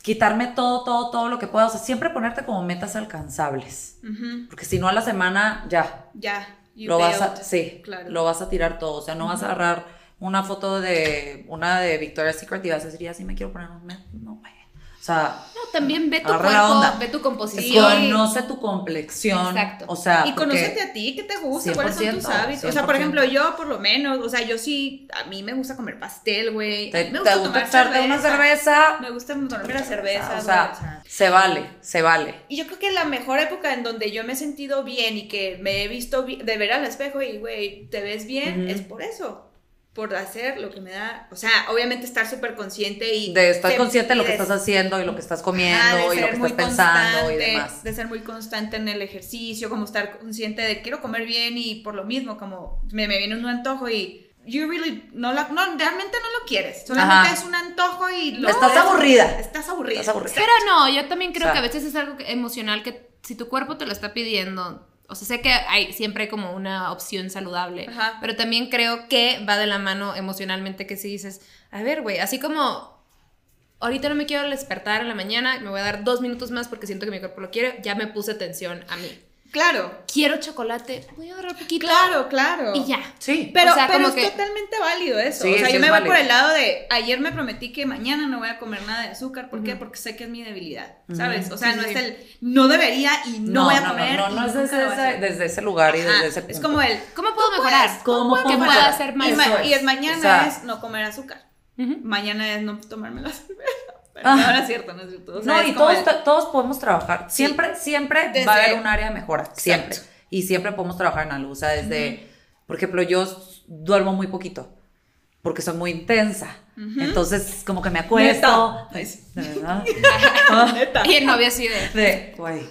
quitarme todo, todo, todo lo que pueda, o sea, siempre ponerte como metas alcanzables,
Ujú,
porque si no a la semana ya,
Ya. you
lo vas a,
bailed.
sí,
Claro.
lo vas a tirar todo. O sea, no vas a agarrar una foto de una de Victoria's Secret y vas a decir, ya sí me quiero poner un mes. No, güey. O sea,
No, también ve tu
Agarra la
cuerpo,
onda.
ve tu composición.
conoce tu complexión.
Exacto.
O sea,
y
porque-
conócete a ti, qué te gusta, cuáles son tus
100%,
hábitos. O sea, por
100%.
ejemplo, yo por lo menos, o sea, yo sí, a mí me gusta comer pastel, güey.
Te,
A mí me
te
gusta
gusta
tomar
echarte una cerveza.
Me gusta tomarme la cerveza,
o sea, se vale, se vale.
Y yo creo que la mejor época en donde yo me he sentido bien y que me he visto bi- de ver al espejo y, güey, te ves bien,
Ujú.
es por eso. Por hacer lo que me da. O sea, obviamente estar súper consciente y.
De estar
ser-
consciente de lo
y
que estás haciendo y lo que estás comiendo
Ajá, de
y lo
ser
que
muy
estás pensando y
constante,
demás.
De ser muy constante en el ejercicio, como estar consciente de quiero comer bien y por lo mismo, como me, me viene un antojo y. You really. No, la- no, realmente no lo quieres. Solamente
Ajá.
es un antojo y. lo-
Estás aburrida.
Estás aburrida.
Estás aburrida.
Pero no, yo también creo
O sea-
que a veces es algo que- emocional que si tu cuerpo te lo está pidiendo, o sea, sé que hay, siempre hay como una opción saludable,
Ajá.
pero también creo que va de la mano emocionalmente que si dices, a ver, güey, así como ahorita no me quiero despertar en la mañana, me voy a dar dos minutos más porque siento que mi cuerpo lo quiere, ya me puse atención a mí.
Claro.
Quiero chocolate, voy a agarrar poquito
Claro, claro.
y ya.
Sí.
Pero,
O sea,
pero
como
es
que-
totalmente válido eso.
Sí,
o sea,
sí
yo
es
me voy
válido.
por el lado de ayer me prometí que mañana no voy a comer nada de azúcar. ¿Por qué? Porque sé que es mi debilidad. ¿Sabes? O sea, no es el no debería y no, voy a comer.
No, no,
y
es
nunca
desde,
lo voy a
ese,
hacer.
desde ese lugar y
Ajá,
desde ese punto.
Es como el.
¿Cómo puedo mejorar?
¿Cómo
¿Qué
puedo
puedo
mejorar?
hacer
Y,
más? Pues,
ma-
Eso es.
y es mañana
O sea-
es no comer azúcar.
Ujú.
Mañana es no tomármelo la cerveza. Pero
Ah.
no, no es cierto, no es cierto. O sea,
no,
es
y
como
todos,
el-
ta- todos podemos trabajar.
Sí.
Siempre, siempre
Desde-
va a haber un área de mejora. Siempre. Y siempre podemos trabajar en algo. O sea, desde, por ejemplo, yo s- duermo muy poquito porque soy muy intensa. Entonces, como que me acuesto.
Neta. Es-
De verdad.
Neta.
Y el novio así de...
De, güey.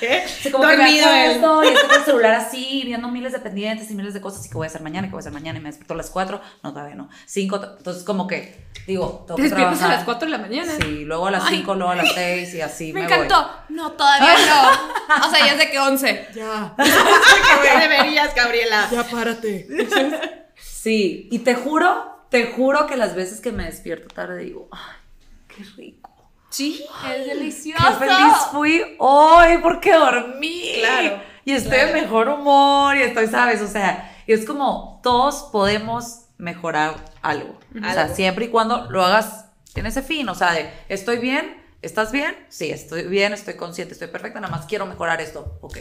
¿Qué?
Sí, como que me
Dormido él.
acuesto y estoy con el celular así, viendo miles de pendientes y miles de cosas. Y que voy a hacer mañana, que voy a hacer mañana. Y me despierto a las 4. No, todavía no. 5. Entonces, como que, digo,
Te
tengo que
despiertas a
trabajar.
las 4 de la mañana.
Sí, luego a las
Ay.
5, luego a las 6 y así
Me
me,
encantó. No, todavía no. O sea, ya sé que 11.
deberías, Gabriela?
voy. Sí, y te juro, te juro que las veces que me despierto tarde digo, ay, qué rico.
Sí.
Es
Qué
delicioso.
feliz fui hoy porque dormí.
Claro,
Y estoy de mejor humor y estoy, ¿sabes? O sea, y es como todos podemos mejorar algo. O sea,
Algo.
siempre y cuando lo hagas en ese fin, o sea, de estoy bien. ¿Estás bien? Sí, estoy bien, estoy consciente, estoy perfecta, nada más quiero mejorar esto. Ok,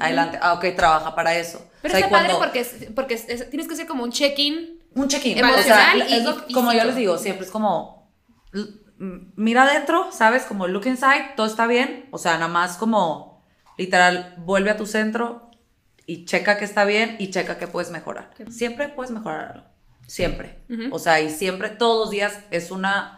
adelante. Ah, ok, trabaja para eso.
Pero
O sea, y
está padre
cuando-
porque, es- porque es- es- tienes que hacer como un check-in.
un check-in.
Emocional
O sea,
y-
es lo-
y físico.
como yo les digo, siempre es como, l- m- mira adentro, ¿sabes? Como look inside, todo está bien. O sea, nada más como, literal, vuelve a tu centro y checa que está bien y checa que puedes mejorar. Siempre puedes mejorar algo. Siempre. O sea, y siempre, todos los días, es una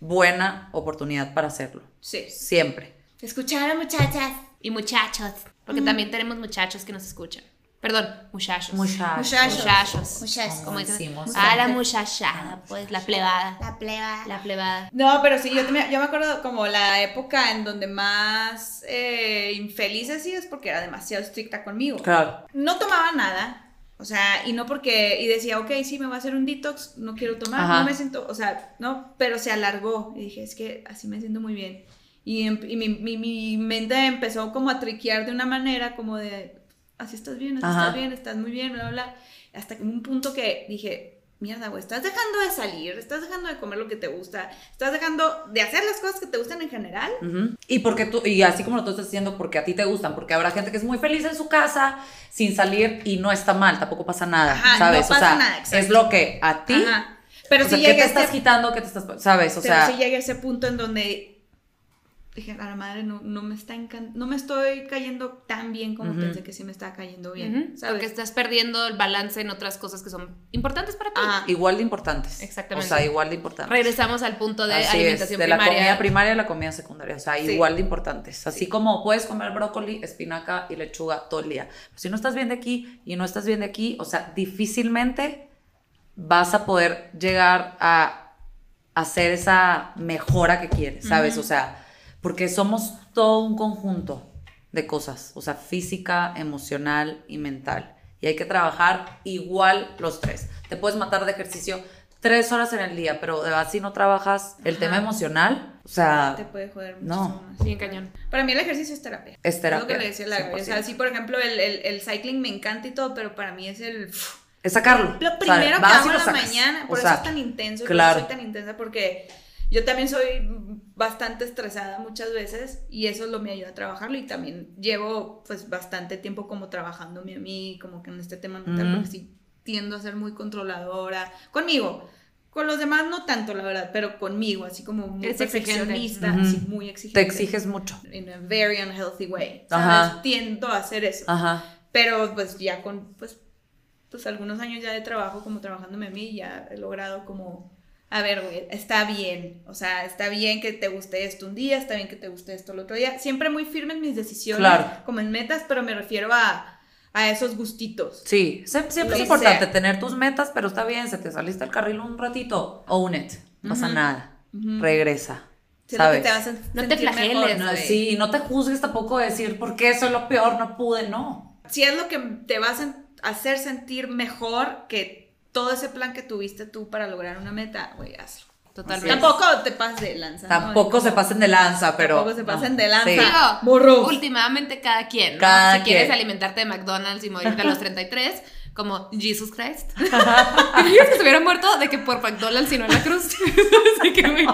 buena oportunidad para hacerlo.
Sí.
Siempre.
¿Escucharon, muchachas?
Y muchachos. Porque también tenemos muchachos que nos escuchan. Perdón, muchachos.
Muchachos.
Muchachos.
Muchachos.
Como dicen-
Decimos.
Ah, la muchachada, pues, la plebada.
La pleba.
La plebada.
No, pero sí, yo, también- yo me acuerdo como la época en donde más eh, infeliz así es porque era demasiado estricta conmigo.
Claro.
No tomaba nada, o sea, y no porque, y decía, ok, sí, me voy a hacer un detox, no quiero tomar,
Ajá.
no me siento, o sea, no, pero se alargó y dije, es que así me siento muy bien. Y, em- y mi, mi- mi mente empezó como a triquear de una manera como de, así estás bien, así
Ajá.
estás bien, estás muy bien, bla, bla, bla, hasta que hubo un punto que dije, Mierda, güey, estás dejando de salir, estás dejando de comer lo que te gusta, estás dejando de hacer las cosas que te gustan en general.
Ujú. Y porque tú, y así como lo tú estás diciendo, porque a ti te gustan, porque habrá gente que es muy feliz en su casa sin salir y no está mal, tampoco pasa nada,
Ajá, no
¿sabes? o
pasa
sea,
nada, exacto.
es lo que a ti,
Ajá. Pero
o
si
sea, ¿qué
llega
te
este-
estás quitando? ¿Qué te estás, sabes? O
pero
sea,
sí llega ese punto en donde dije, a la madre, no, no me está encan- no me estoy cayendo tan bien como
Ujú.
pensé que sí me estaba cayendo bien,
Ujú.
¿sabes?
Porque estás perdiendo el balance en otras cosas que son importantes para ti.
Ajá.
igual de importantes.
Exactamente.
O sea, igual de importantes.
Regresamos al punto de
Así es,
alimentación
de la
primaria.
comida primaria a la comida secundaria, o sea,
Sí.
igual de importantes. Así como puedes comer brócoli, espinaca y lechuga todo el día. Si no estás bien de aquí y no estás bien de aquí, o sea, difícilmente vas a poder llegar a hacer esa mejora que quieres, ¿sabes? O sea, porque somos todo un conjunto de cosas, o sea, física, emocional y mental. Y hay que trabajar igual los tres. Te puedes matar de ejercicio tres horas en el día, pero de verdad si no trabajas el tema emocional, o sea,
te puede joder mucho
No.
más.
Bien cañón.
Para mí el ejercicio es terapia.
Es
lo que
terapia,
le decía la Gaby. O sea,
100%.
sí, por ejemplo, el, el- el cycling me encanta y todo, pero para mí es el...
es sacarlo.
Lo
O sea,
primero
vas
que
y
hago
lo
en la
sacas.
mañana,
O
por
sea,
eso es tan intenso, y
claro.
por eso soy tan intensa, porque yo también soy bastante estresada muchas veces y eso lo me ayuda a trabajarlo y también llevo pues bastante tiempo como trabajándome a mí, como que en este tema mental,
Ujú.
porque sí tiendo a ser muy controladora conmigo. Con los demás no tanto, la verdad, pero conmigo, así como muy
Eres exigente.
perfeccionista,
Ujú.
así muy exigente.
te exiges mucho.
In a very unhealthy way.
Ajá.
¿sabes? Tiendo a hacer eso.
Ajá.
Pero pues ya con pues, pues algunos años ya de trabajo, como trabajándome a mí, ya he logrado como, a ver, güey, está bien. O sea, está bien que te guste esto un día, está bien que te guste esto el otro día. Siempre muy firme en mis decisiones,
Claro.
como en metas, pero me refiero a, a esos gustitos.
Sí, sie- siempre es
Lo
importante
hice.
tener tus metas, pero está bien, se te saliste del carril un ratito, own it, no pasa
Ujú.
nada,
Ujú.
regresa,
Siento
¿sabes?
que te vas a
te
sentir
flageles,
mejor,
no
güey.
es-
Sí, no te juzgues tampoco de decir, porque eso es lo peor, no pude, no.
si es lo que te va a sen- hacer sentir mejor que todo ese plan que tuviste tú para lograr una meta, güey, hazlo.
Totalmente.
Tampoco te pases de lanza. ¿no?
Tampoco se pasen de lanza, pero...
Tampoco se pasen
no,
de lanza.
sí.
Digo,
Burros.
últimamente cada quien, ¿no?
Cada
si quieres
quien.
alimentarte de McDonald's y morirte a los 33, como Jesus Christ. ¿Dirías que se hubiera muerto de que por McDonald's y no en la cruz? Así que, güey,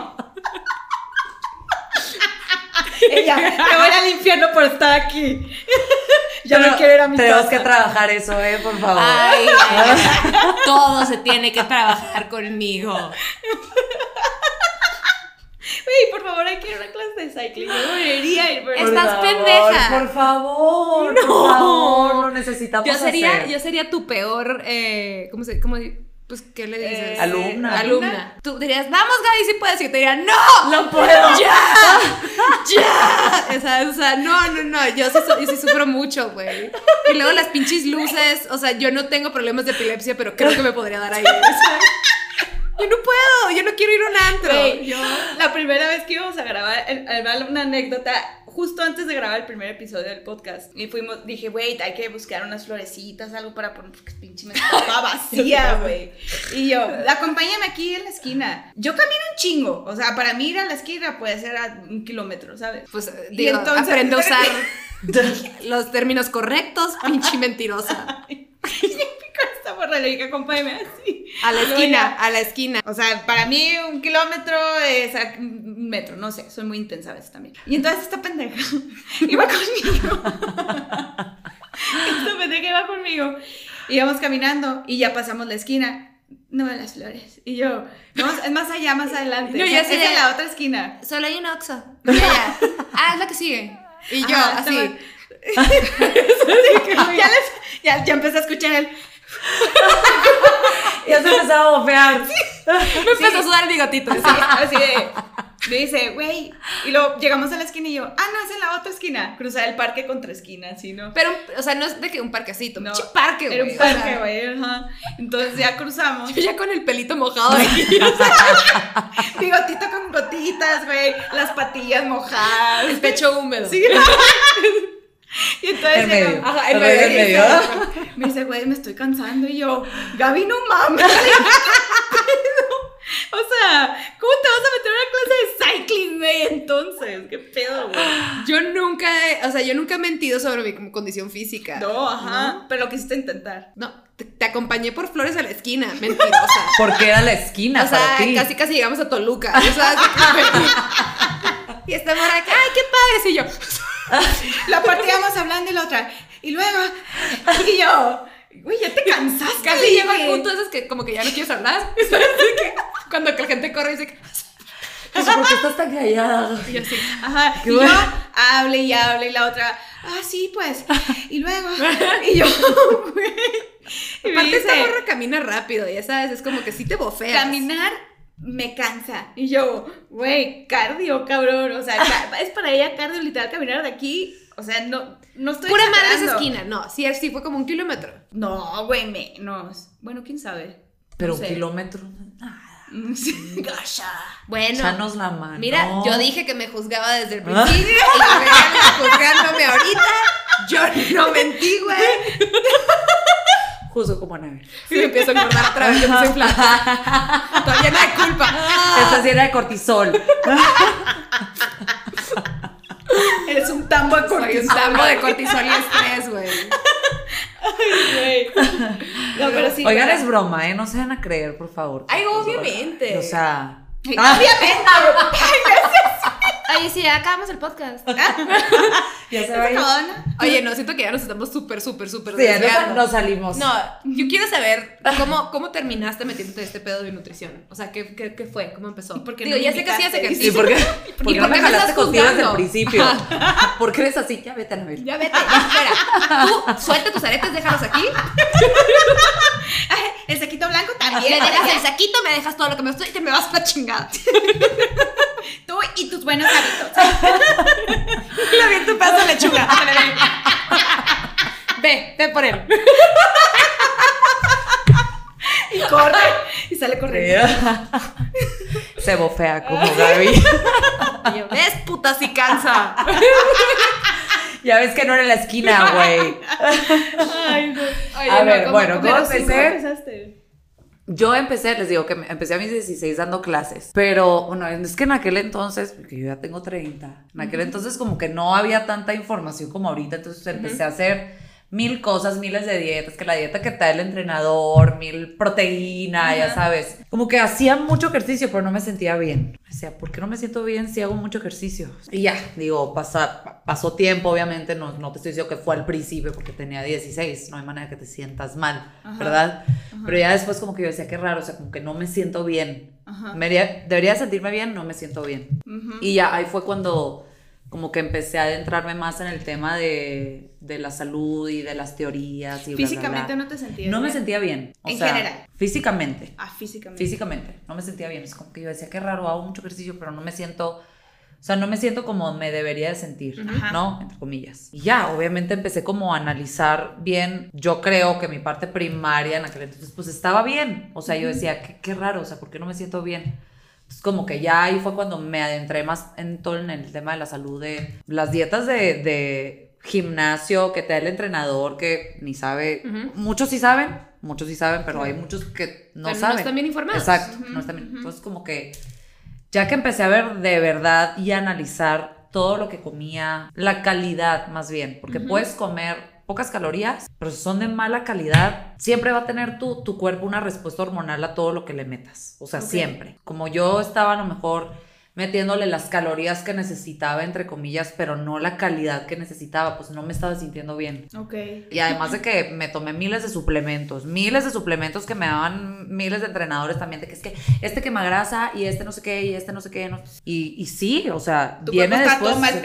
Ella, me voy al infierno por estar aquí. Yo
Pero
no quiero ir a mi
Tenemos
casa.
que trabajar eso, eh, por favor.
ay, ay, ay, todo se tiene que trabajar conmigo.
Güey, por favor, hay que ir a una clase de cycling. Yo debería ir, pero-
Por
estás
favor,
pendeja.
Por favor, por favor, lo necesitamos
Yo sería,
hacer.
yo sería tu peor, eh, ¿cómo se, cómo, pues, qué le dices?
Eh,
alumna.
Alumna. Tú dirías, vamos, Gaby, si puedes. Y yo te diría, no, no puedo. Ya, ya. O sea, o sea, no, no, no. Yo sí, su- yo sí sufro mucho, güey. Y luego las pinches luces. O sea, yo no tengo problemas de epilepsia, pero creo que me podría dar ahí. O sea, yo no puedo. Yo no quiero ir a un antro.
Güey, yo, la primera vez que íbamos a grabar, el- el- vale una anécdota, justo antes de grabar el primer episodio del podcast, y fuimos, dije, wait, hay que buscar unas florecitas, algo para poner, porque pinche me estaba vacía, güey. Y yo, acompáñame aquí en la esquina. Yo camino un chingo, o sea, para mí ir a la esquina puede ser a un kilómetro, ¿sabes?
Pues,
Y
digo,
entonces-
aprendo a usar los términos correctos, pinche mentirosa.
Y con esta morra le dije, acompáñame así.
A la esquina, a la esquina.
O sea, para mí un kilómetro es a- un metro, no sé, soy muy intensa a veces también. Y entonces esta pendeja iba conmigo. esta pendeja iba conmigo. Íbamos caminando y ya pasamos la esquina. No veo las flores. Y yo, no, es más allá, más adelante.
No,
No,
ya
ya es
sé.
en la otra esquina.
Solo hay un Oxxo. Ya, ya. Ah, es la que sigue. Y yo,
Ajá,
así.
estaba- ya, les- ya, ya empecé a escuchar el...
Ya se empezaba a bofear.
Me empezó a sudar el bigotito.
Así, así de. Me dice, güey. Y luego llegamos a la esquina y yo, ah, no, es en la otra esquina. Cruzar el parque contra esquina, así, ¿no?
Pero, o sea, no es de que un parquecito.
No,
No, parque, güey.
Era un
o sea,
parque, güey. ajá. Entonces ya cruzamos.
Yo ya con el pelito mojado aquí.
Bigotito con gotitas, güey. Las patillas mojadas.
El pecho húmedo.
Sí. Y entonces
En medio.
llegó- ajá, en
Lo ves
medio,
en
y
medio.
dice, Me dice, güey, me estoy cansando. Y yo, Gaby, no mames. O sea, ¿cómo te vas a meter a una clase de cycling, güey? Entonces, qué pedo, güey.
Yo nunca, he- o sea, yo nunca he mentido sobre mi como condición física.
No, ajá. Pero lo quisiste intentar.
No, te, te acompañé por flores a la esquina, mentirosa.
Porque era la esquina
o sea,
para ti.
casi casi llegamos a Toluca. O sea, así que- y esta morra, ay, qué padre. Y yo,
La partíamos hablando y la otra. Y luego. Y yo. Güey, ya te cansaste.
casi llego al
dije.
punto de esos que como que ya no quieres hablar. ¿sabes? Así que Cuando que la gente corre y dice,
Pues, ¿Por qué estás tan callada?
y yo así,
Ajá.
Qué
y
bueno.
yo hable y hable y la otra, ah, sí, pues. Y luego, y yo, güey. Y me
Aparte esta
dice,
morra camina rápido, ya sabes, es como que sí te bofeas.
caminar me cansa. Y yo, güey, cardio, cabrón. O sea, ca- es para ella cardio literal caminar de aquí. O sea, no, no estoy.
Pura madre esa
exagerando.
esquina, no, sí, sí, fue como un kilómetro.
No, güey, menos. Bueno, quién sabe.
Pero
No
un
sé.
kilómetro. nada.
Sí, Gasha.
Bueno,
Echanos la mano.
mira, yo dije que me juzgaba desde el
Ah.
principio y me regalas juzgándome ahorita. Yo no mentí, güey.
Justo como Anabel.
Y me empiezo a engordar otra vez, yo empiezo a inflar. Todavía llena de culpa.
Esta sí era de cortisol.
Eres un tambo de
Soy un
cortisol,
tambo de cortisol y estrés, güey.
güey. No, pero sí.
Oigan,
claro.
es broma, ¿eh? No se van a creer, por favor.
Ay,
Es broma.
obviamente.
O sea.
Ay,
Ah,
Obviamente.
Oye, sí, ya acabamos el podcast.
ya se va a ir.
No, no.
Oye, no, siento que ya nos estamos súper, súper, súper
Sí, ya
desviando.
nos, nos salimos.
No, yo quiero saber cómo, cómo terminaste metiéndote en este pedo de nutrición. O sea, ¿qué, qué, qué fue? ¿Cómo empezó?
por qué
Digo,
no me
ya sé que hacías
invitaste?
ejercicio.
¿Y por qué, por
por
qué no
qué
me
me estás
jalaste contigo desde el
juzgando?
principio? ¿Por qué eres así? Ya vete, Anabel.
Ya
Ah,
vete, espera. Tú suelta tus aretes, déjalos aquí.
ah, El saquito blanco
Me
también.
dejas el saquito, me dejas todo lo que me gusta y te me vas para chingada.
Tú y tus buenos hábitos.
La vi en tu pedazo de lechuga. Ve, ve por él.
Y corre. Y sale corriendo.
Se bofea como Gaby.
Y yo, ves, puta, si cansa.
ya ves que no era la esquina, güey.
Ay, no.
Oye,
A
no,
ver,
¿cómo-
bueno,
cómo
¿cómo
empezó?
empecé?
empezaste?
Yo empecé, les digo que me- empecé a mis 16 dando clases, pero bueno, es que en aquel entonces, porque yo ya tengo 30, en aquel entonces como que no había tanta información como ahorita, entonces empecé a hacer mil cosas, miles de dietas, que la dieta que te da el entrenador, mil proteína, ya sabes. Como que hacía mucho ejercicio, pero no me sentía bien. O sea, ¿por qué no me siento bien si hago mucho ejercicio? Y ya, digo, pasa, pa- pasó tiempo, obviamente, no, no te estoy diciendo que fue al principio porque tenía 16, no hay manera que te sientas mal, ¿verdad? Pero ya después como que yo decía, qué raro, o sea, como que no me siento bien. Me haría- debería sentirme bien, no me siento bien. Y ya ahí fue cuando como que empecé a adentrarme más en el tema de, de la salud y de las teorías y bla, bla,
Físicamente
bla.
no te sentías.
No me
bien?
sentía bien. o
En
sea,
general.
Físicamente
Ah, físicamente.
físicamente. No me sentía bien. Es como que yo decía, qué raro, hago mucho ejercicio, pero no me siento. O sea, no me siento como me debería de sentir,
Ajá.
¿no? Entre comillas. Y ya, obviamente empecé como a analizar bien. Yo creo que mi parte primaria en aquel entonces, pues estaba bien. O sea, yo decía, qué, qué raro, o sea, ¿por qué no me siento bien? Entonces, como que ya ahí fue cuando me adentré más en todo en el tema de la salud, de las dietas de, de gimnasio que te da el entrenador, que ni sabe. Muchos sí saben, muchos sí saben, pero hay muchos que no
Pero no
saben.
están bien informados.
Exacto, no están bien. Entonces, como que ya que empecé a ver de verdad y a analizar todo lo que comía, la calidad más bien, porque puedes comer pocas calorías, pero si son de mala calidad, siempre va a tener tu, tu cuerpo una respuesta hormonal a todo lo que le metas, o sea, siempre. Como yo estaba a lo mejor metiéndole las calorías que necesitaba, entre comillas, pero no la calidad que necesitaba, pues no me estaba sintiendo bien.
Ok.
Y además de que me tomé miles de suplementos, miles de suplementos que me daban miles de entrenadores también, de que es que este quema grasa y este no sé qué y este no sé qué. no- Y, y sí, o sea,
Tu
viene
cuerpo está
después.
todo mal
claro,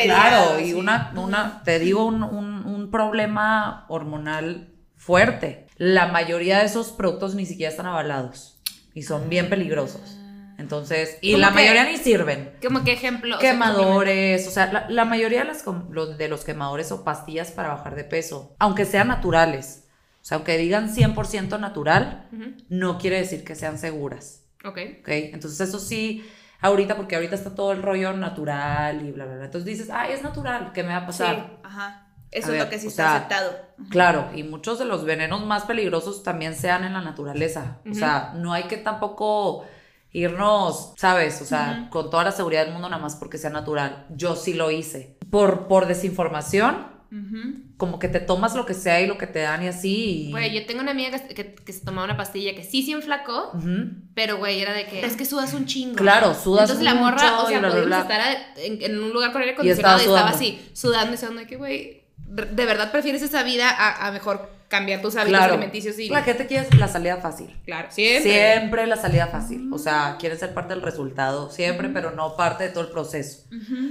peleado,
y
sí.
una, una, te digo, un, un- un problema hormonal fuerte. La mayoría de esos productos ni siquiera están avalados y son
Ah.
bien peligrosos. Entonces, y
¿Cómo
la
que?
mayoría ni sirven
Como que ejemplo. o sea,
quemadores, o sea, la, la mayoría de, las com- lo- de los quemadores o pastillas para bajar de peso, aunque sean naturales, o sea, aunque digan 100% natural, no quiere decir que sean seguras,
como que- Ok.
¿ok? Entonces eso sí, ahorita, porque ahorita está todo el rollo natural y bla, bla, bla, entonces dices, ah, es natural, ¿qué me va a
Sí,
pasar?
ajá. Eso
A
es lo
ver,
que sí
o
está
sea,
aceptado.
Claro, y muchos de los venenos más peligrosos también se dan en la naturaleza. O sea, no hay que tampoco irnos, ¿sabes? O sea, con toda la seguridad del mundo, nada más porque sea natural. Yo sí lo hice. Por, por desinformación,
Ujú.
como que te tomas lo que sea y lo que te dan y así. y-
Güey, yo tengo una amiga que, que- que se tomaba una pastilla que sí se enflacó,
Ujú.
pero güey, era de que es que sudas un chingo.
Claro, sudas
Entonces la
mucho
morra, o
y
sea,
bla, bla,
podíamos
bla.
estar a- en, en un lugar con aire acondicionado y
estaba
estaba,
sudando.
así, sudando y sudando de que, güey, de de verdad prefieres esa vida a, a mejor cambiar tus hábitos alimenticios y...
La gente quiere la salida fácil.
Claro,
Siempre.
siempre.
la salida fácil. O sea, quieren ser parte del resultado, siempre, pero no parte de todo el proceso.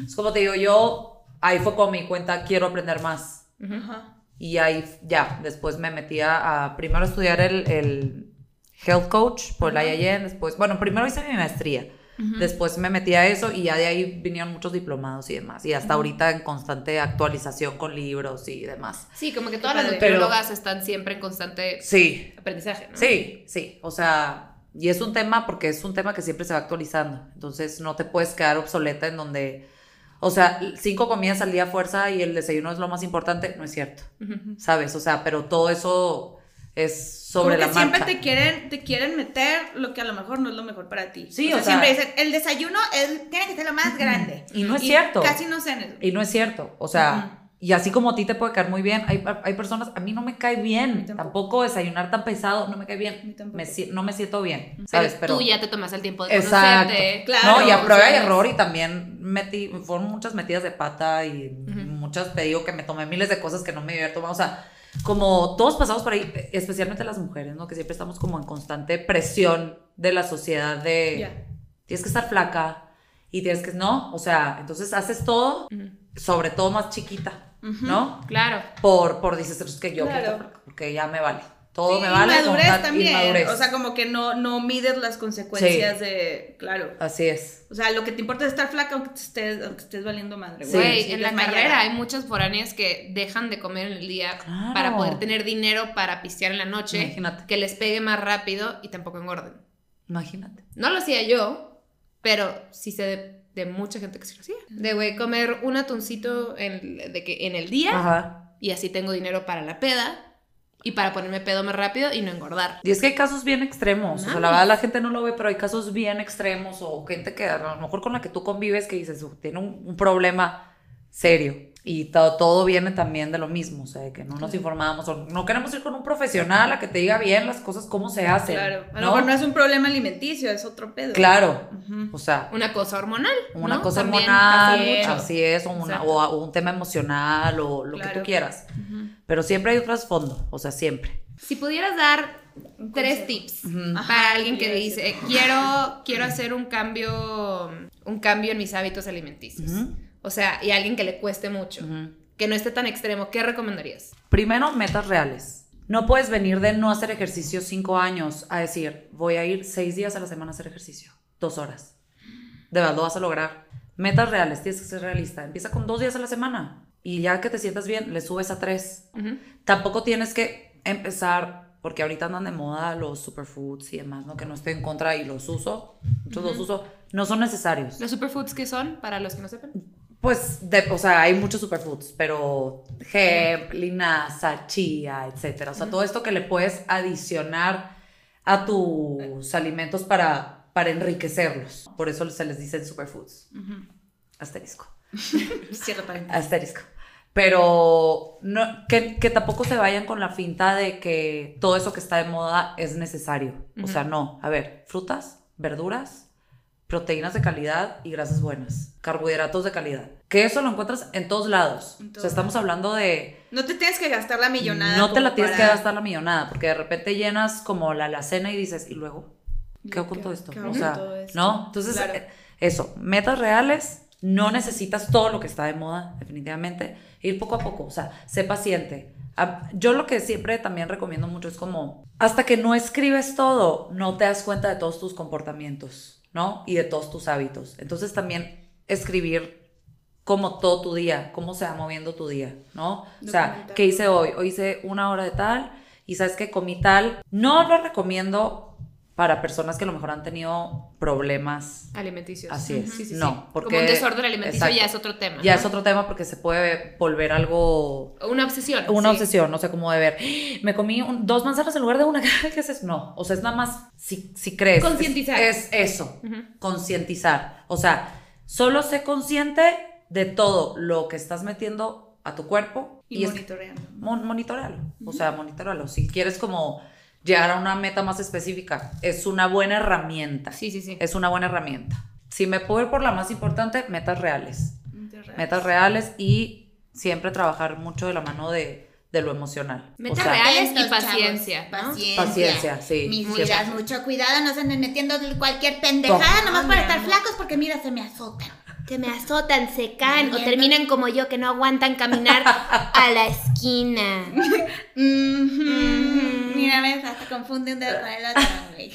Es como te digo, yo ahí fue con mi cuenta, quiero aprender más.
Ajá.
Y ahí f- ya, después me metí a, a primero estudiar el, el health coach por la IIN, después, bueno, primero hice mi maestría, después me metí a eso y ya de ahí vinieron muchos diplomados y demás. Y hasta ahorita en constante actualización con libros y demás.
Sí, como que todas las
padre.
nutriólogas están siempre en constante
Sí,
aprendizaje, ¿no?
Sí, sí, o sea, y es un tema porque es un tema que siempre se va actualizando, entonces no te puedes quedar obsoleta en donde, o sea, cinco comidas al día a fuerza y el desayuno es lo más importante, no es cierto, ¿sabes? O sea, pero todo eso es sobre
Como
la
que
marcha.
siempre te quieren, te quieren meter lo que a lo mejor no es lo mejor para ti.
Sí, o sea-
siempre dicen, el desayuno es- tiene que ser lo más grande.
Y no es cierto.
Casi no cenes.
Y no es cierto, o sea, y así como a ti te puede caer muy bien, hay, hay personas, a mí no me cae bien,
tampoco.
tampoco. desayunar tan pesado, no me cae
A mí
bien,
tampoco.
Me si- no me siento bien,
Pero
¿sabes? Pero
tú ya te tomas el tiempo de
Exacto.
conocerte.
claro,
no, y a prueba y
entonces-
error y también metí, fueron muchas metidas de pata y muchas, te digo que me tomé miles de cosas que no me había tomado, o sea, como todos pasamos por ahí, especialmente las mujeres, ¿no? Que siempre estamos como en constante presión de la sociedad de
Ya.
tienes que estar flaca y tienes que, no, o sea, entonces haces todo, sobre todo más chiquita, ¿no?
Claro.
Por, por dices, "Pues es que yo quiero
Claro.
estar flaca, porque ya me vale, todo
Sí,
me vale. con
Inmadurez
tal
también.
inmadurez.
O sea, como que no, no mides las consecuencias de. Claro.
Así es.
O sea, lo que te importa es estar flaca aunque te estés, aunque estés valiendo madre.
Sí.
güey.
Güey,
Si
en la
eres mayara.
carrera hay muchas foráneas que dejan de comer en el día
Claro.
para poder tener dinero para pistear en la noche,
Imagínate.
que les pegue más rápido y tampoco engorden.
Imagínate.
No lo hacía yo, pero sí sé de, de mucha gente que sí lo hacía. De güey, comer un atuncito en, de que en el día
Ajá.
y así tengo dinero para la peda y para ponerme pedo más rápido y no engordar.
Y es que hay casos bien extremos. O sea, la verdad la gente no lo ve, pero hay casos bien extremos o gente que a lo mejor con la que tú convives que dices, "Uf, tiene un, un problema serio. Y to- todo viene también de lo mismo, o sea, de que no nos informamos o no queremos ir con un profesional a que te diga bien las cosas, cómo se hacen.
Claro. A lo
¿no?
mejor no es un problema alimenticio, es otro pedo.
Claro.
Ujú.
O sea,
Una cosa hormonal.
una
¿no?
cosa
También
hormonal, Ah,
pasa mucho.
así es, o, una-
Exacto.
o a- o un tema emocional o lo que
Claro.
tú quieras. Pero siempre hay un trasfondo, o sea, siempre.
Si pudieras dar
Un
tres
consejo.
tips
Ujú.
para alguien que
quería
dice, quiero, quiero hacer un cambio, un cambio en mis hábitos alimenticios.
Ujú.
O sea, y a alguien que le cueste mucho,
Ujú.
que no esté tan extremo, ¿qué recomendarías?
Primero, metas reales. No puedes venir de no hacer ejercicio cinco años a decir, voy a ir seis días a la semana a hacer ejercicio, dos horas. De verdad lo vas a lograr. Metas reales, tienes que ser realista. Empieza con dos días a la semana y ya que te sientas bien, le subes a tres. Tampoco tienes que empezar, porque ahorita andan de moda los superfoods y demás, ¿no? que no estoy en contra y los uso, muchos los uso, no son necesarios.
¿Los superfoods qué son, para los que no sepan?
Pues, de- o sea, hay muchos superfoods, pero hemp, linaza, chía, etcétera. O sea, todo esto que le puedes adicionar a tus alimentos para, para enriquecerlos. Por eso se les dicen superfoods. Asterisco.
Cierra paréntesis.
Asterisco. Pero no, que, que tampoco se vayan con la finta de que todo eso que está de moda es necesario. O sea, no. A ver, frutas, verduras, proteínas de calidad y grasas buenas. Carbohidratos de calidad. Que eso lo encuentras en todos lados.
En
o
todos
sea, estamos hablando de...
No te tienes que gastar la millonada.
No te
como
la tienes
para-
que gastar la millonada, porque de repente llenas como la alacena y dices, ¿y luego? ¿Qué hago con
¿Qué-
todo esto?
qué hago
o
con
sea,
todo esto?
¿no? Entonces,
Claro.
eh, eso, metas reales, no necesitas todo lo que está de moda, definitivamente, ir poco a poco, o sea, sé paciente. Ah, Yo lo que siempre también recomiendo mucho es como, hasta que no escribes todo, no te das cuenta de todos tus comportamientos, ¿no? Y de todos tus hábitos. Entonces también escribir como todo tu día, cómo se va moviendo tu día, ¿no? O sea,
Documentar.
¿qué hice hoy? Hoy hice una hora de tal y sabes que comí tal. No lo recomiendo para personas que a lo mejor han tenido problemas.
alimenticios.
Así es.
Sí, sí, sí.
No, porque
Como un desorden alimenticio ya es
exacto.
otro tema.
Ya
¿no?
es otro tema porque se puede volver algo
Una obsesión.
una
sí.
obsesión, no sé cómo de ver. Me comí un- dos manzanas en lugar de una. ¿Qué es eso? No, o sea, es nada más si, si crees.
Concientizar.
Es, es eso,
Ujú.
concientizar. O sea, solo sé consciente de todo lo que estás metiendo a tu cuerpo
Y,
es-
monitoreando.
mon- monitorealo. O sea, monitorealo. Si quieres como llegar a una meta más específica, es una buena herramienta.
Sí, sí, sí.
Es una buena herramienta. Si me puedo ir por la más importante, metas reales
Monitoreando.
metas reales y siempre trabajar mucho de la mano de, de lo emocional.
Metas
O sea,
reales.
Atentos,
y paciencia,
chavos,
¿no?
Paciencia.
Paciencia, sí,
Mis
siempre.
miras, mucho cuidado, no se anden metiendo cualquier pendejada nomás para estar flacos porque mira, se me azotan. Se me azotan, se caen o terminan como yo que no aguantan caminar a la esquina.
Mhm. Mira, ves, hasta confunde un dedo con el otro, güey.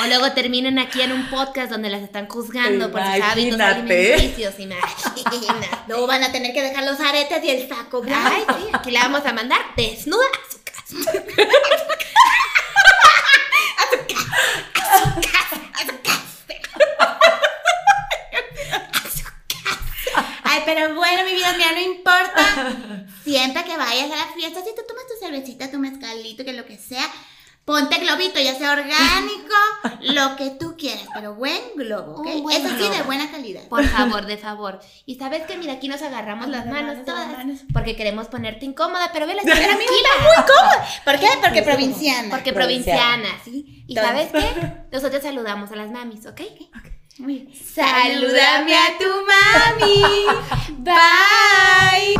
O luego terminan aquí en un podcast donde las están juzgando por sus hábitos
Imagínate.
alimenticios. Imagina. Luego van a tener que dejar los aretes y el saco. Ay, sí, aquí la vamos a mandar desnuda a su casa. Ay, pero bueno, mi vida mía, no importa. Siempre que vayas a la fiesta, si tú tomas tu cervecita, tu mezcalito, que lo que sea, ponte globito, ya sea orgánico, lo que tú quieras, pero buen globo, ¿ok?
Un buen
Eso sí, de
globo.
buena calidad. Por favor, de favor. Y sabes que, mira, aquí nos agarramos las manos todas, porque queremos ponerte incómoda, pero ve la señora muy incómoda.
¿Por qué? Porque provinciana.
Porque
Provinciana.
provinciana, ¿sí? Y
Entonces-
sabes qué? Nosotros saludamos a las mamis, ¿ok?
Muy bien.
Salúdame a tu mami. Bye.